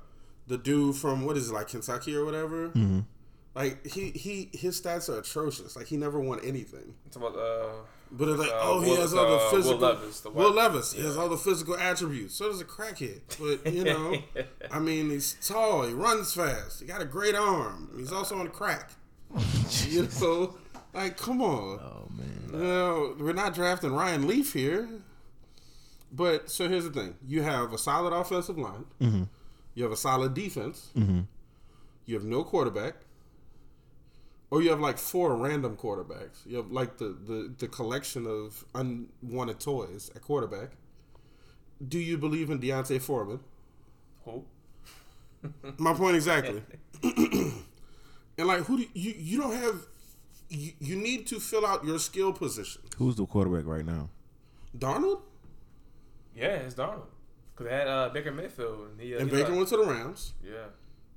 the dude from what is it like Kentucky or whatever. Mhm. Like he he his stats are atrocious. Like he never won anything. It's about uh, But it's like, Uh, oh, he Will- has uh, all Will the physical. Will Levis, Levis, the white- he has all the physical attributes. So does a crackhead. But you know, I mean, he's tall. He runs fast. He got a great arm. He's also on crack. you know, like come on. Oh man. No, we're not drafting Ryan Leaf here. But so here's the thing: you have a solid offensive line, you have a solid defense, you have no quarterback, or you have like four random quarterbacks. You have like the the, the collection of unwanted toys at quarterback. Do you believe in Deontay Foreman? who? My point exactly. And like, who do you you don't have? You, you need to fill out your skill position. Who's the quarterback right now? Donald Yeah, it's Donald. Cause they had uh, Baker Mayfield and he uh, and he Baker left. went to the Rams, Yeah.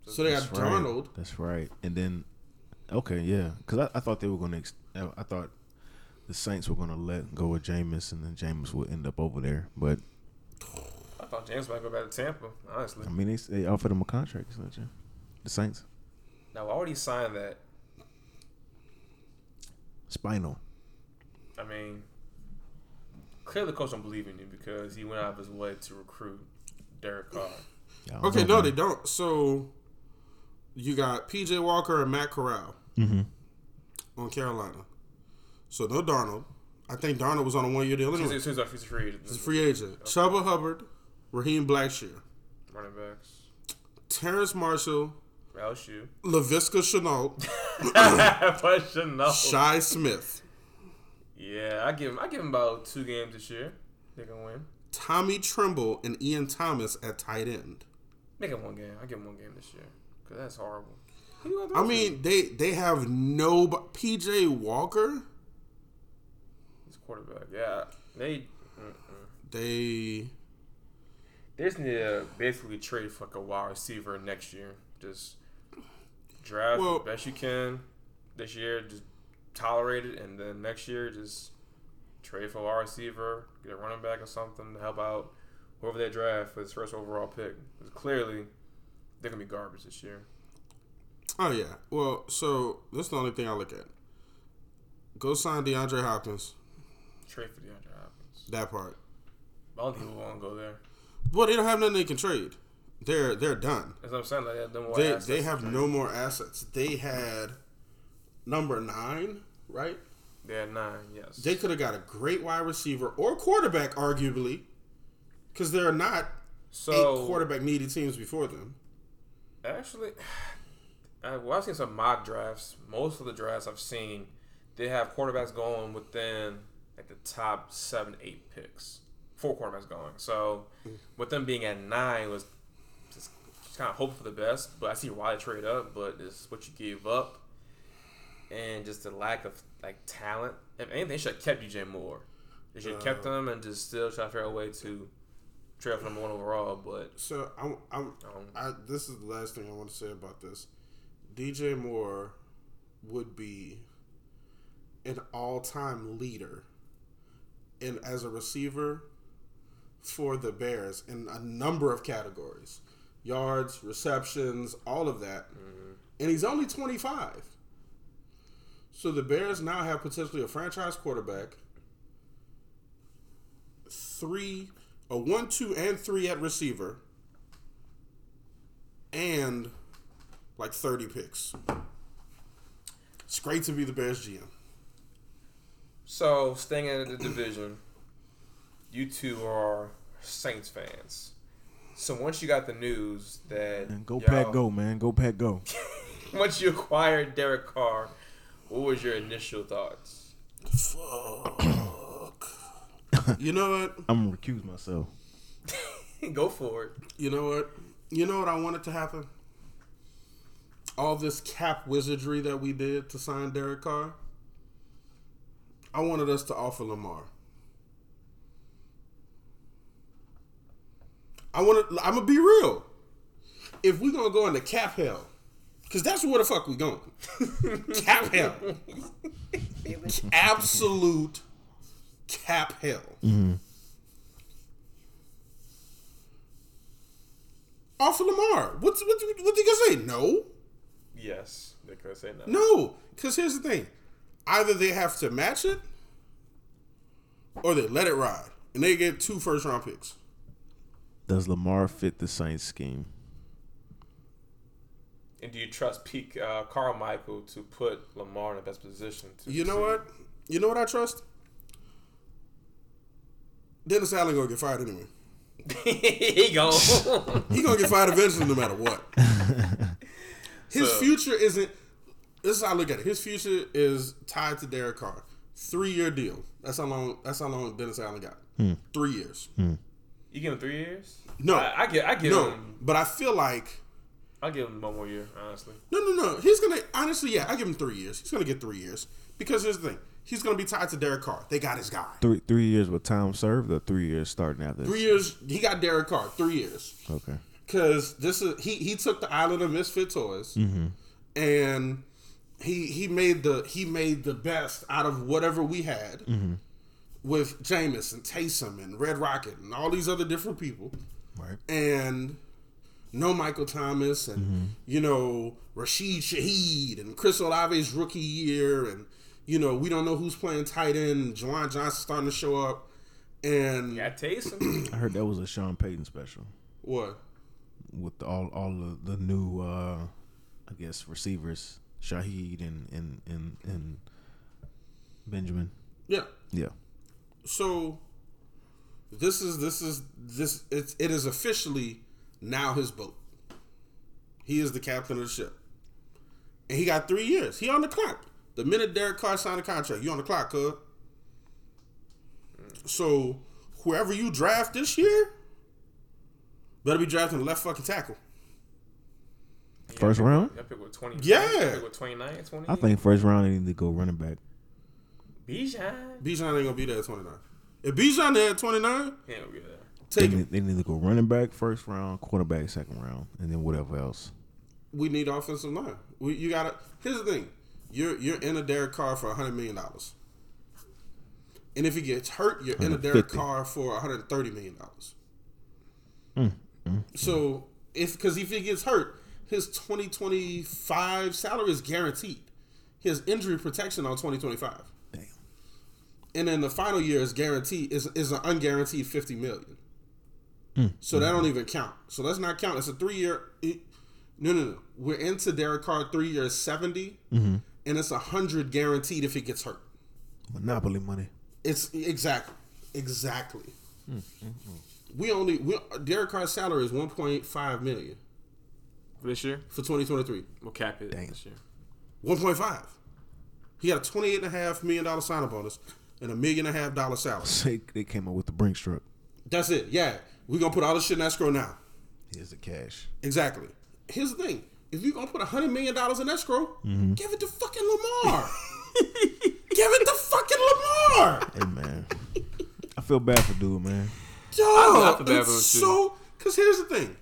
so they got right. Donald. That's right. And then, okay, yeah, because I, I thought they were going to. Ex- I I thought the Saints were going to let go of Jameis, and then Jameis would end up over there. But I thought James might go back to Tampa. Honestly, I mean, they, they offered him a contract, didn't you? The Saints, now why would he sign that? spinal. I mean, clearly the coach don't believe in you because he went out of his way to recruit Derek Carr. I don't Okay, know, no, they man. don't. So you got PJ Walker and Matt Corral Mhm. on Carolina. So no Donald. I think Donald was on a one year deal Who's, anyway. who's our future free agent? He's a free agent. Chuba Hubbard, Raheem Blackshear, Running backs. Terrence Marshall, LSU. LaVisca Chenault, Oh. but Chanel. Shy Smith, Yeah, I give him. I give him about two games this year. They can win. Tommy Trimble, and Ian Thomas at tight end. Make it one game. I give him one game this year because that's horrible. Who you gonna I throw to? mean, they they have no PJ Walker. he's a quarterback. Yeah, they. Mm-mm. They They just need to basically trade for like a wide receiver next year. Just draft Well- the best you can this year, just tolerate it, and then next year just trade for a wide receiver, get a running back or something to help out whoever they draft for this first overall pick. 'Cause clearly, they're gonna be garbage this year. Oh yeah. Well, so that's the only thing I look at. Go sign DeAndre Hopkins. Trade for DeAndre Hopkins. That part. I don't think people want to go there. But they don't have nothing they can trade. They're they're done. That's what I'm saying. Like, they have no more They assets they to have trade. no more assets. They had number nine, right? They had nine. Yes. They could have got a great wide receiver or quarterback, arguably, because there are not so eight quarterback needy teams before them. Actually, I, well, I've seen some mock drafts. Most of the drafts I've seen, they have quarterbacks going within like the top seven, eight picks. Four quarterbacks going. So, with them being at nine was just, just kind of hope for the best. But I see why they trade up. But it's what you gave up, and just the lack of like talent. If anything, they should have kept DJ Moore. They should have kept him and just still try to figure out a way to trade for number one overall. But So I'm, I'm um, I, this is the last thing I want to say about this. DJ Moore would be an all-time leader and as a receiver for the Bears in a number of categories. Yards, receptions, all of that. And he's only 25. So the Bears now have potentially a franchise quarterback, three, a one, two, and three at receiver, and like 30 picks. It's great to be the Bears GM. So, staying in the division, you two are Saints fans. So once you got the news that And go y'all- pack, go man, go pack, go. once you acquired Derek Carr, what was your initial thoughts? Fuck. you know what? I'm gonna recuse myself. Go for it. You know what? You know what I wanted to happen? All this cap wizardry that we did to sign Derek Carr. I wanted us to offer Lamar. I want to. I'm gonna be real. If we gonna go into cap hell, cause that's where the fuck we going. cap hell. Absolute cap hell. Offer Lamar. What's what? What you gonna say? No. Yes, they could say no. No, because here's the thing: either they have to match it, or they let it ride, and they get two first round picks. Does Lamar fit the Saints scheme? And do you trust Pete uh, Carmichael to put Lamar in the best position? To You know succeed? what? You know what I trust? Dennis Allen gonna get fired anyway. he go. He gonna get fired eventually, no matter what. His So- future isn't. This is how I look at it. His future is tied to Derek Carr. Three year deal. That's how long. That's how long Dennis Allen got. Hmm. Three years. you give him three years? No, I, I give. I give No, him. but I feel like I give him one more year, honestly. No, no, no. He's gonna honestly, yeah. I give him three years. He's gonna get three years because here's the thing. He's gonna be tied to Derek Carr. They got his guy. Three three years with time served, or three years starting after. Three years. He got Derek Carr. Three years. Okay. Because this is he. He took the Island of Misfit Toys, and he he made the he made the best out of whatever we had with Jameis and Taysom and Red Rocket and all these other different people. Right. and no Michael Thomas and you know Rashid Shaheed and Chris Olave's rookie year and you know we don't know who's playing tight end. Juwan Johnson starting to show up and Yeah, Taysom. I heard that was a Sean Payton special what? with the- all all of the new, uh I guess, receivers, Shahid and and and and Benjamin. Yeah. Yeah. So this is this is this it's it is officially now his boat. He is the captain of the ship. And he got three years. He on the clock. The minute Derek Carr signed the contract, you on the clock, cuz. So whoever you draft this year, better be drafting left fucking tackle. First round. I pick with twenty. Yeah. I pick with 29, 20. I think first round they need to go running back. Bijan. Bijan ain't gonna be there at twenty nine. If Bijan there at twenty nine, He ain't gonna be there. They take him. need, they need to go running back first round, quarterback second round, and then whatever else. we need offensive line. We, you gotta. Here's the thing: you're you're in a Derek Carr for hundred million dollars, and if he gets hurt, you're in a Derek 150. Carr for hundred thirty million dollars. So if because if he gets hurt, his twenty twenty five salary is guaranteed. His injury protection on twenty twenty five, Damn. and then the final year is guaranteed is is an unguaranteed fifty million. So that don't even count. So let's not count. It's a three year. No, no, no. We're into Derek Carr three years 70 and it's a hundred guaranteed if he gets hurt. Monopoly money. It's exactly, exactly. We only we Derek Carr's salary is one point five million For this year, for twenty twenty three. we'll cap it Dang. this year. One point five. He got a twenty eight and a half million dollar sign up bonus and a million and a half dollar salary. They, they came up with the Brinks truck. That's it. Yeah, we gonna put all this shit in escrow now. Here's the cash. Exactly. Here's the thing: if you're gonna put hundred million dollars in escrow, give it to fucking Lamar. give it to fucking Lamar. Hey man, I feel bad for dude, man. I feel Dog, bad it's for him, too. so. Because here's the thing: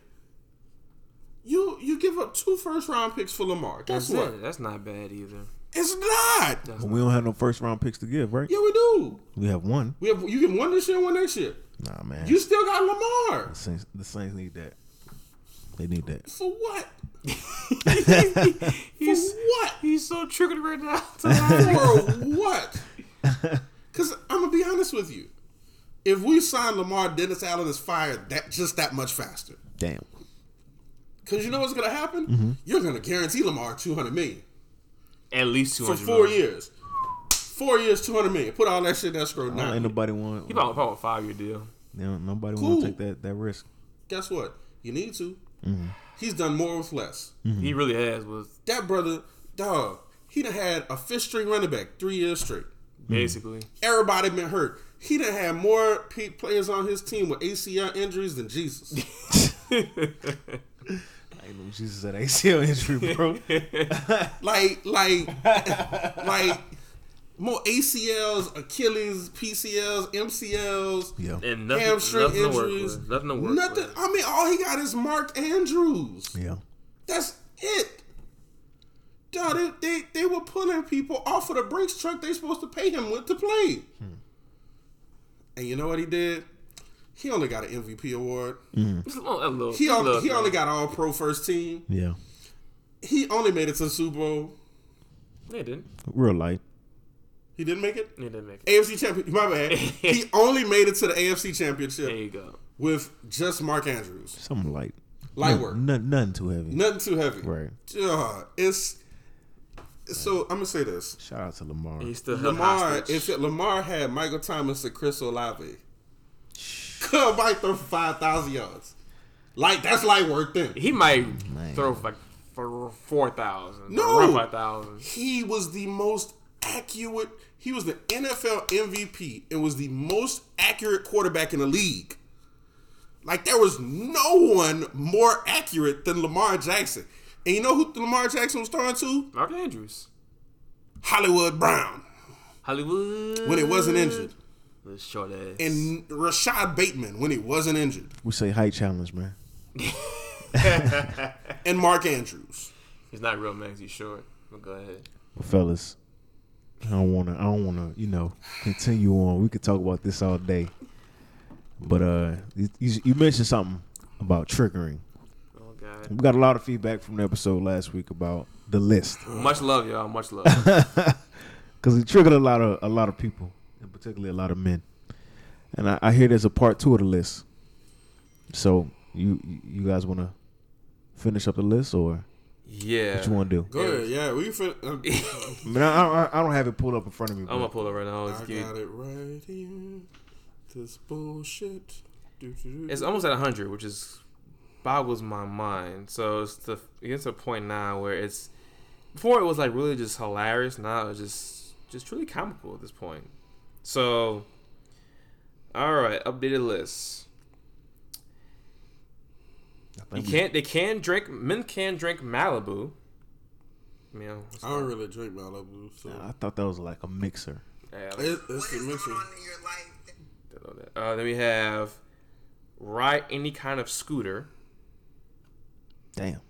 you you give up two first round picks for Lamar. Guess That's what? it. That's not bad either. It's not. But we don't have no first round picks to give, right? Yeah, we do. We have one. We have you get one this year, and one next year. Nah, man. You still got Lamar the Saints, the Saints need that. They need that. for what? For He's what? he's so triggered right now. for what? Because I'm gonna be honest with you. If we sign Lamar, Dennis Allen is fired that just that much faster. Damn. Because you know what's gonna happen? You're gonna guarantee Lamar 200 million At least two for hundred four years. Four years, 200 million. Put all that shit in escrow Nah, now. ain't nobody want. He probably probably a five year deal. they don't- Nobody Cool. want to take that that risk. Guess what? You need to. He's done more with less. He really has was That brother, dog, he done had a fifth string running back three years straight. basically. Everybody been hurt. He done had more pe- players on his team with ACL injuries than Jesus. Ain't no Jesus at ACL injury, bro. like like like more ACLs, Achilles, PCLs, MCLs, yeah. and nothing, hamstring nothing to work injuries, with. Nothing to work nothing. with. I mean, all he got is Mark Andrews. Yeah. That's it. Duh, they, they they were pulling people off of the Brinks truck they supposed to pay him with to play. Hmm. And you know what he did? He only got an MVP award. Just a little, a little, He a only, little he thing. only got All Pro first team. Yeah. He only made it to the Super Bowl. They didn't. Real life. He didn't make it. They didn't make it. AFC championship. My bad. he only made it to the AFC There championship you go. with just Mark Andrews. Something light. Light None- work. None, none too heavy. Nothing too heavy. Right. Duh, it's so. I'm gonna say this. Shout out to Lamar. And He still held Lamar, hostage. if it, Lamar had Michael Thomas and Chris Olave, could might throw for five thousand yards. Like that's light work then. he might throw for like for four thousand. No. No, five thousand. He was the most accurate. He was the NFL MVP and was the most accurate quarterback in the league. Like there was no one more accurate than Lamar Jackson. And you know who Lamar Jackson was throwing to? Mark Andrews. Hollywood Brown Hollywood. when it wasn't Mm. injured, The short ass. and Rashad Bateman when he wasn't injured, We say height challenge, man. and Mark Andrews. he's not real man. He's short. But go ahead. But fellas, I don't wanna I don't wanna, you know, continue on. We could talk about this all day. But uh you, you you mentioned something about triggering. Oh god. We got a lot of feedback from the episode last week about the list. Much love, y'all. Much love. Cause it triggered a lot of a lot of people, and particularly a lot of men. And I, I hear there's a part two of the list. So you you guys wanna finish up the list or yeah. what you wanna do? Go ahead, yeah. We fin- uh, I mean I, I I don't have it pulled up in front of me. I'm but- gonna pull it right now. It's, I cute. got it right here. This bullshit. Doo-doo-doo. it's almost at 100, which is boggles my mind. So it's the it gets to a point now where it's before it was like really just hilarious. Now it's just just truly comical at this point. So, all right, updated list. I You think we- can't. They can drink. Men can drink Malibu. I mean, I don't really drink Malibu, so I thought that was like a mixer. yeah, it, it's What the is mixer. going on in your life? that- I love that. Uh, then we have ride any kind of scooter. Damn.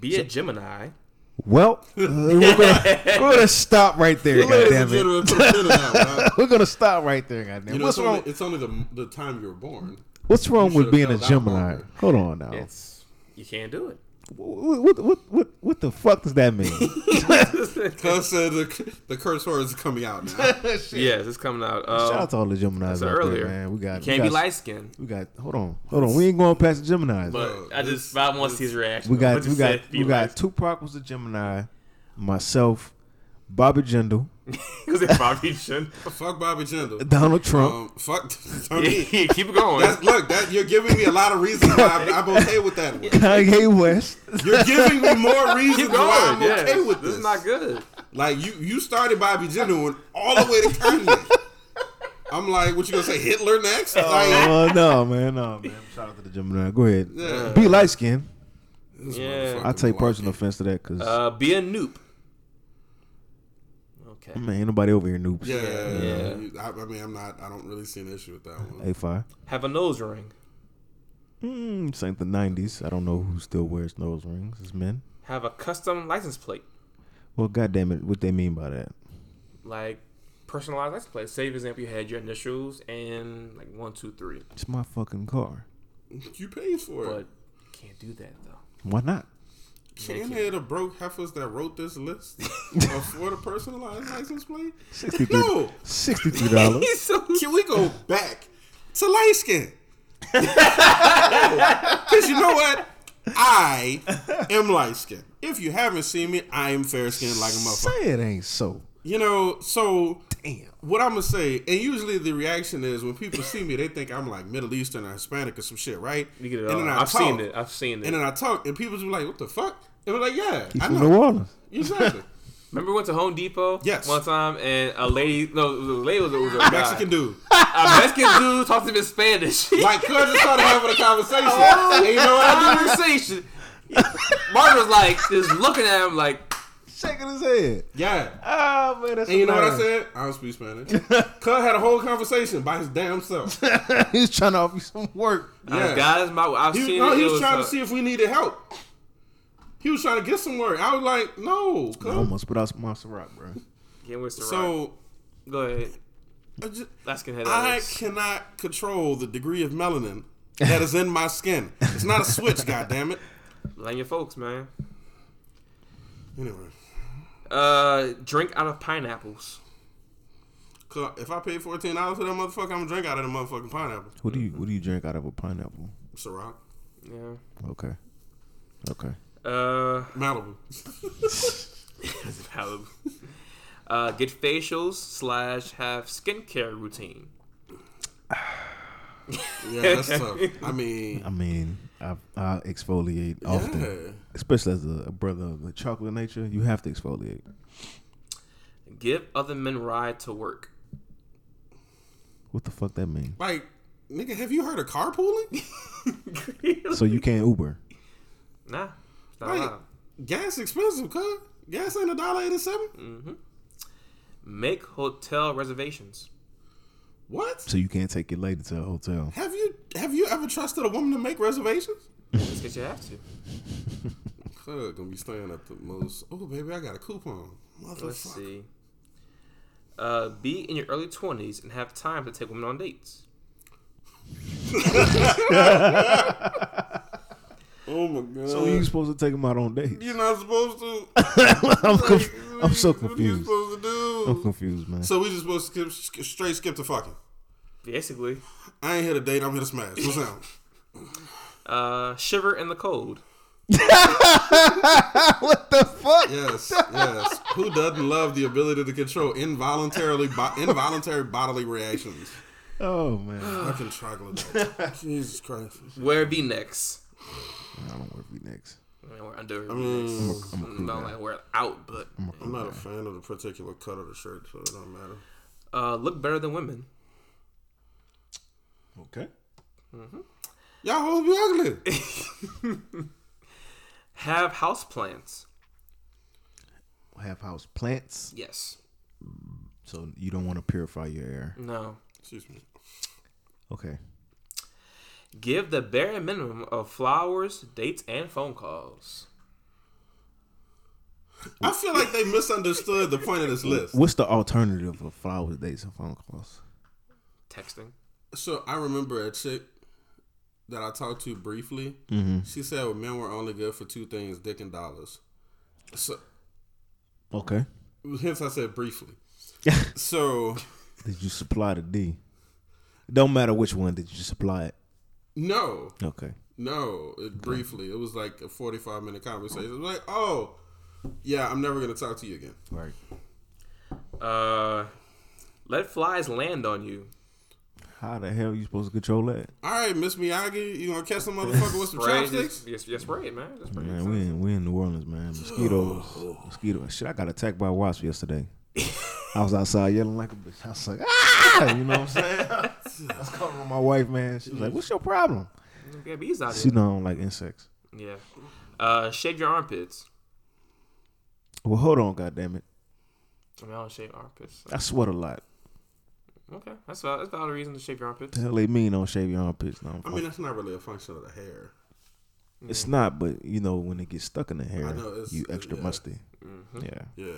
Be a Gemini. Well, uh, we're, gonna, we're gonna stop right there. Ladies and Goddamn it. gentlemen, put it in now, right? We're gonna stop right there. Goddamn. You know, what's it's, wrong? only, it's only the, the time you were born. what's wrong you with should've being a filled out Gemini? longer. Hold on now. It's you can't do it. What, what what what what the fuck does that mean? Cuz said the, the curse word is coming out now. Yes, it's coming out. Uh, Shout out to all the Gemini's said out earlier. there, man. We got you can't we be got, light skinned. We got hold on, hold on. We ain't going past the Gemini's. But No, I this- just I want to see his reaction. we though. got What we you got said, be we got light-skinned. Tupac was a Gemini, myself, Bobby Jindal, 'Cause they probably shouldn't. fuck Bobby Jindal. Donald Trump. Um, fuck. I Yeah, mean, yeah, Keep it going. that's, look, that you're giving me a lot of reasons why I'm, I'm okay with that one. Kanye West. You're giving me more reasons Keep why I'm going. Yeah, okay with this this. is not good. Like you, you started Bobby Jindal and all the way to Kanye. I'm like, what you gonna say, Hitler next? Like, Oh no, man, no, man. Shout out to the Gemini. Go ahead. Yeah. Be light skinned. this Yeah. motherfucker I take black. personal offense to that because Uh, be a noob. Okay. man, ain't nobody over here noobs. Yeah, Yeah. You- I, I mean, I'm not. I don't really see an issue with that one. A five. Have a nose ring. Mm, this ain't the nineties. I don't know who still wears nose rings. It's men. Have a custom license plate, Well, goddamn it, what they mean by that? like personalized license plate. Say, for example, you had your initials and like one, two, three, It's my fucking car. You paid for but it. can't do that though. Why not? Can they the broke heifers that wrote this list for the personalized license plate? Sixty-three. No. Sixty-three dollars. so Can we go back to light skin? Because you know what? I am light skin. If you haven't seen me, I am fair skinned like a motherfucker. Say it ain't so. You know, so Damn. what I'm gonna say, and usually the reaction is when people see me, they think I'm like Middle Eastern or Hispanic or some shit, right? You get it and all. then I I've talk, seen it. I've seen it. And then I talk, and people just be like, "What the fuck?" And I'm like, "Yeah, He's I from know New Orleans. exactly." Remember, we went to Home Depot. Yes. One time, and a lady, no, it was a lady was a, was a guy. Mexican dude, A Mexican dude talked to me in Spanish. like, cuz just started having a conversation. and you know what I did? conversation. Martin was like just looking at him like, Shaking his head. Yeah. Ah man, that's And you know what I said? I don't speak Spanish. Cuz had a whole conversation by his damn self. Yeah. I said? He's trying to offer you some work. "Honest, "Uh, guys, my I've He, seen no, it. he it was, trying uh, to see if we needed help. He was trying to get some work. I was like, no, I cuz. almost put out some Montserrat, bro. Can't waste the so So, go ahead. I just, Let's get ahead. I of this. cannot control the degree of melanin that is in my skin. It's not a switch, goddammit. Blame your folks, man. Anyway, Uh, drink out of pineapples. 'cause if I paid fourteen dollars for that motherfucker, I'm gonna drink out of the motherfucking pineapple. What do you what do you drink out of a pineapple? Ciroc, Yeah. Okay. Okay. Uh, Malibu. Malibu. uh, get facials slash have skincare routine. Yeah, that's tough. I mean, I mean, I, I exfoliate often, yeah. especially as a, a brother of the chocolate nature. You have to exfoliate. Give other men ride to work. What the fuck that mean? like Nigga, have you heard of carpooling? So you can't Uber. nah, it's not like, allowed. gas expensive, cuz. Gas ain't a dollar eighty seven. Make hotel reservations. What? So you can't take your lady to a hotel. Have you have you ever trusted a woman to make reservations? Just case you have to. Cuz gonna be staying at the most. Oh baby, I got a coupon. Let's Motherfucker. see. Uh, be in your early twenties and have time to take women on dates. Oh my god. So you supposed to take them out on dates? You're not supposed to. I'm, conf- I'm so What are you confused. supposed to do? I'm confused, man. So we just supposed to skip, sk- straight skip to fucking. Basically, I ain't here to date. I'm here to smash. What's up? uh, shiver in the cold. yes, yes. Who doesn't love the ability to control involuntarily bo- involuntary bodily reactions? Oh man, Fucking troglodyte. Jesus Christ. Wear V-necks. I don't work for next. I mean, we're under. I Mm, not like we're out, but I'm not a fan of the particular cut of the shirt, so it don't matter. uh, look better than women. Okay. Y'all hoes be ugly. Have house plants. Have house plants, Yes. so you don't want to purify your air. No. Excuse me. Okay. Give the bare minimum of flowers, dates, and phone calls. I feel like they misunderstood the point of this list. What's the alternative of flower dates and phone calls? Texting. So I remember a chick that I talked to briefly. She said well, men were only good for two things: dick and dollars. So Okay. hence I said briefly. so Did you supply the D? Don't matter which one. Did you supply it? no, Okay. no, it, briefly. It was like a forty-five minute conversation. It was like, oh, yeah, I'm never gonna talk to you again. Right. Uh, let flies land on you. How the hell are you supposed to control that? All right, Miss Miyagi, you gonna catch some motherfucker with some Spray. chopsticks? Yes, yes, spray it, man. Just spray Man, it. we in we in New Orleans, man. Mosquitoes, Oh. mosquitoes. Shit, I got attacked by wasps yesterday. I was outside yelling like a bitch. I was like, ah, you know what I'm saying? I was calling on my wife, man. She was like, "What's your problem?" Yeah, bees out She here. know I don't like insects. Yeah. Uh, shave your armpits. Well, hold on, goddammit. I mean, I don't shave armpits. so- I sweat a lot. Okay, that's val- that's valid reason to shave your armpits. The hell they mean don't shave your armpits? No, I'm I fine. mean, that's not really a function of the hair. it's not. But you know when it gets stuck in the hair, know, it's- you it- extra yeah. Mm-hmm. musty. Yeah, Yeah,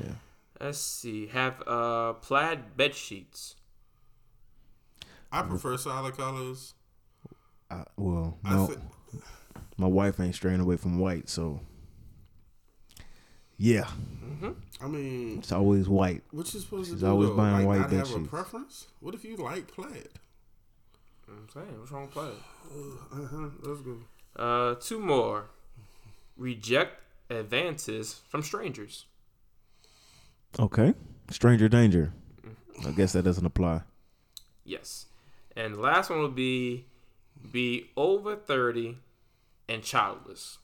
yeah. Let's see. Have uh plaid bed sheets. Mm-hmm. I prefer solid colors. I, well, I no, thi- my wife ain't straying away from white, so yeah, I mean, it's always white. What you supposed She's to do? always though? buying like, white not have a bedsheets. preference? What if you like plaid? I'm saying, what's wrong with plaid? Uh huh. That's good. Uh, two more. Reject advances from strangers. Okay, stranger danger. I guess that doesn't apply. Yes. And the last one would be be over thirty and childless.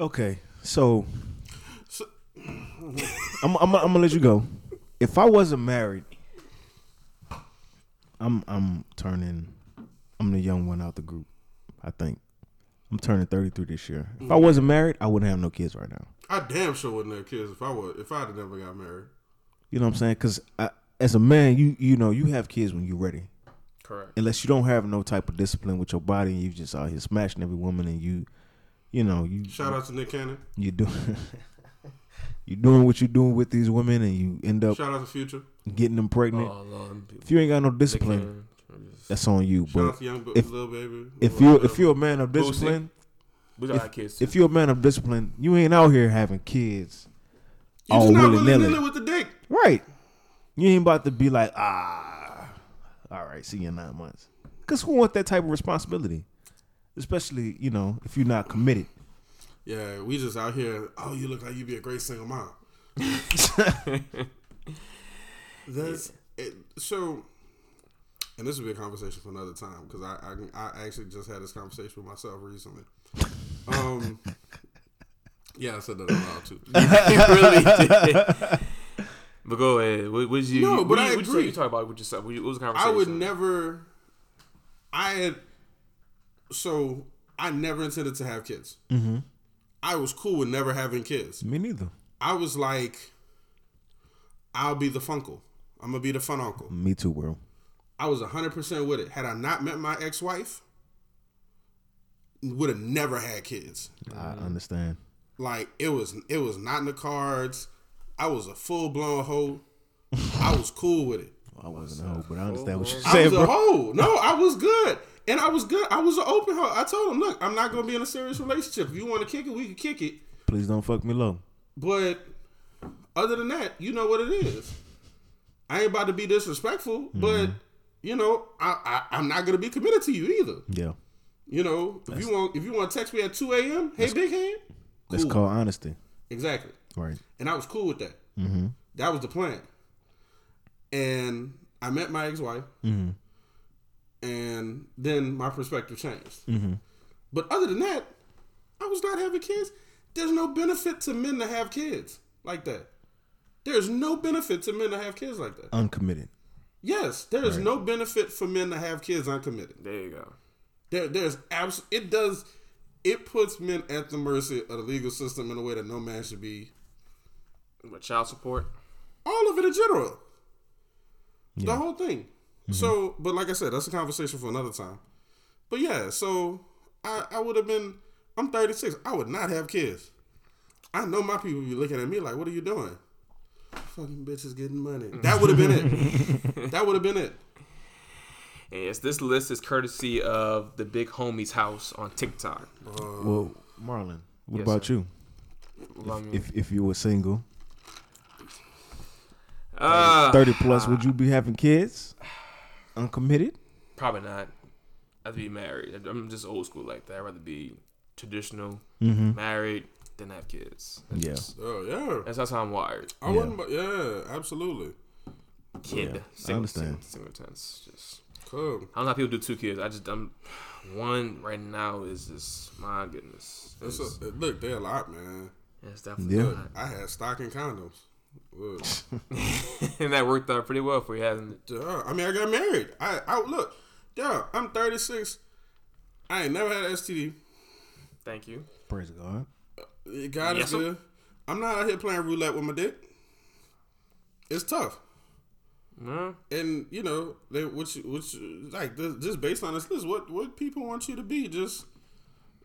Okay, so So, I'm I'm, I'm gonna let you go. If I wasn't married, I'm I'm turning. I'm the young one out the group. I think I'm turning 33 this year. If I wasn't married, I wouldn't have no kids right now. I damn sure wouldn't have kids if I would if I'd have never got married. You know what I'm saying? Because as a man, you you know you have kids when you're ready. Correct. Unless you don't have no type of discipline with your body, and you just out here smashing every woman, and you, you know, you Shout out to Nick Cannon. you doing you doing what you're doing with these women, and you end up Shout out to Future. getting them pregnant. Oh, Lord, people If you ain't got no they discipline, can't- just- that's on you. Shout But out to Young B- if- Lil Baby. if you if you're a man of Boosie. discipline, We got our kids. Too. if you're a man of discipline, you ain't out here having kids you all just not willy willy nilly nilly, with the dick. right? You ain't about to be like ah, all right, see you in nine months. Cause who want that type of responsibility, especially you know if you're not committed. Yeah, we just out here. Oh, you look like you'd be a great single mom. That's it, so. And this would be a conversation for another time because I, I I actually just had this conversation with myself recently. Um, yeah, I said that out loud too. really did. But go ahead. What would you? No, what but you- I what you- agree. You talk about with yourself. What you- what was the I conversation? would never. I had. So I never intended to have kids. Mm-hmm. I was cool with never having kids. Me neither. I was like, I'll be the funkle. I'm gonna be the fun uncle. Me too, bro. I was 100% with it. Had I not met my ex-wife, would have never had kids. I understand. Like it was it was not in the cards. I was a full-blown hoe. I was cool with it. I wasn't a hoe, but I understand what you're I saying, was a bro. hoe. No, I was good. And I was good. I was an open hoe. I told him, look, I'm not gonna be in a serious relationship. If you wanna kick it, we can kick it. Please don't fuck me low. But other than that, you know what it is. I ain't about to be disrespectful, but you know, I, I I'm not gonna be committed to you either. Yeah, You know, if you want if you want to text me at two a.m. Hey, big hand. that's Cool. called honesty, Exactly, right? and I was cool with that. Mm-hmm. That was the plan. And I met my ex-wife, and then my perspective changed. But other than that, I was not having kids. There's no benefit to men to have kids like that. There's no benefit to men to have kids like that. Uncommitted. Yes, there is no benefit for men to have kids uncommitted. There you go. There, there's abs- it does it puts men at the mercy of the legal system in a way that no man should be. With child support. All of it in general, the whole thing. So, but like I said, that's a conversation for another time. But yeah, so I I would have been. I'm 36. I would not have kids. I know my people be looking at me like, "What are you doing? Fucking bitches getting money." That would have been it. that would have been it. And yes, this list is courtesy of the big homie's house on TikTok. Well, Marlon, what Yes, about sir. you? Love me. If if you were single, Uh, thirty plus, would you be having kids? Uncommitted. Probably not. I'd be married. I'm just old school like that. I'd rather be traditional, married, than have kids. That's Mm-hmm. Yeah. just- Oh yeah, that's, that's how I'm wired. I wouldn't. bu- Yeah, absolutely. Kid. Yeah, I single, understand. Single, single tense. Just Cool. I don't know how people do two kids. I just I'm one right now is just my goodness. It's It's, a, look, they're a lot, man. it's definitely Yeah. not. I had stock in condoms. Look. and that worked out pretty well for you, hasn't it? Duh. I mean, I got married. I, I look, yeah, I'm 36. I ain't never had a STD. Thank you. Praise God. God Yes, is sir. good. I'm not out here playing roulette with my dick. It's tough, No, and you know, they which which like this, just based on this list, what what people want you to be? Just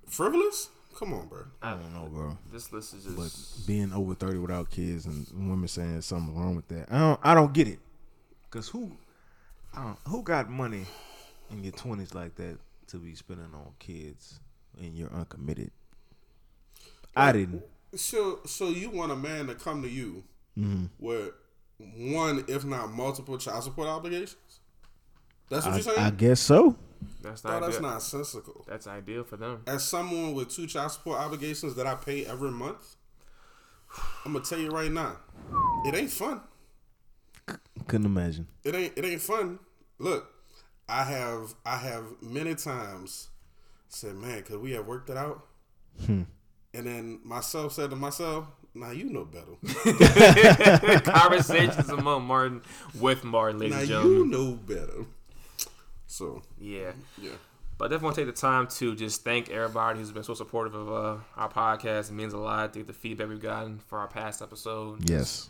frivolous? Come on, bro. I I, don't know, bro. This list is just But being over thirty without kids and women saying there's something wrong with that, I don't. I don't get it. Cause who, I don't, who got money in your twenties like that to be spending on kids and you're uncommitted? I didn't. So so you want a man to come to you Mm-hmm. with one, if not multiple, child support obligations? That's what I, you're saying? I guess so. that's No, not that's ideal. nonsensical. That's ideal for them. As someone with two child support obligations that I pay every month, I'm gonna tell you right now, it ain't fun. Couldn't imagine. It ain't it ain't fun. Look, I have I have many times said, man, could we have worked it out? And then myself said to myself, Nah, you know better. Conversations among Martin with Martin, ladies now and you gentlemen. know better. So Yeah. yeah, But I definitely want to take the time to just thank everybody who's been so supportive of uh, our podcast. It means a lot. I think the feedback we've gotten for our past episode. Yes.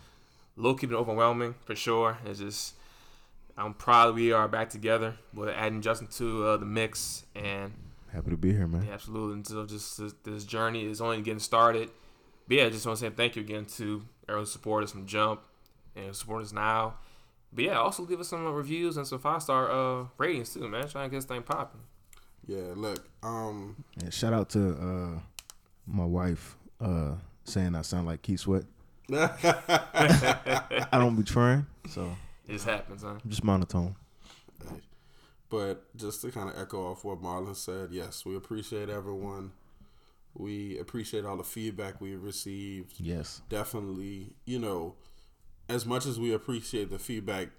Low key been overwhelming for sure. It's just I'm proud we are back together. We're adding Justin to uh, the mix and Happy to be here, man. Yeah, absolutely. And so just this, this journey is only getting started. But yeah, I just want to say thank you again to everyone who supported us from Jump and support us now. But yeah, also leave us some uh, reviews and some five star uh, ratings too, man. Trying to get this thing popping. yeah. Look, um, And shout out to uh, my wife uh, saying I sound like Keith Sweat. I don't be trying, so It just happens, huh? I'm just monotone. But just to kind of echo off what Marlon said, yes, we appreciate everyone. We appreciate all the feedback we received. Yes. Definitely, you know, as much as we appreciate the feedback,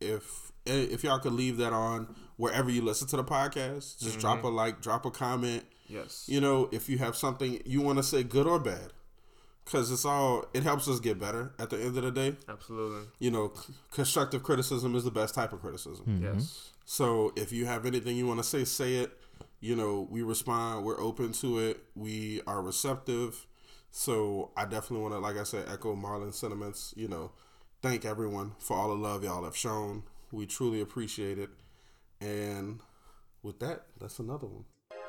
if eh, if y'all could leave that on wherever you listen to the podcast, just drop a like, drop a comment. Mm-hmm. Yes. You know, if you have something you want to say, good or bad, because it's all it helps us get better at the end of the day Absolutely. you know c- constructive criticism is the best type of criticism Yes. so if you have anything you want to say say it you know we respond we're open to it we are receptive so i definitely want to like i said echo marlon's sentiments you know thank everyone for all the love y'all have shown we truly appreciate it and with that that's another one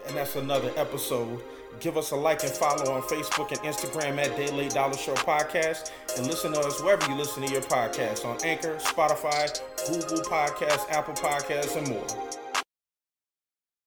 And that's another episode. Give us a like and follow on Facebook and Instagram at Daily Dollar Show Podcast. And listen to us wherever you listen to your podcasts on Anchor, Spotify, Google Podcasts, Apple Podcasts, and more.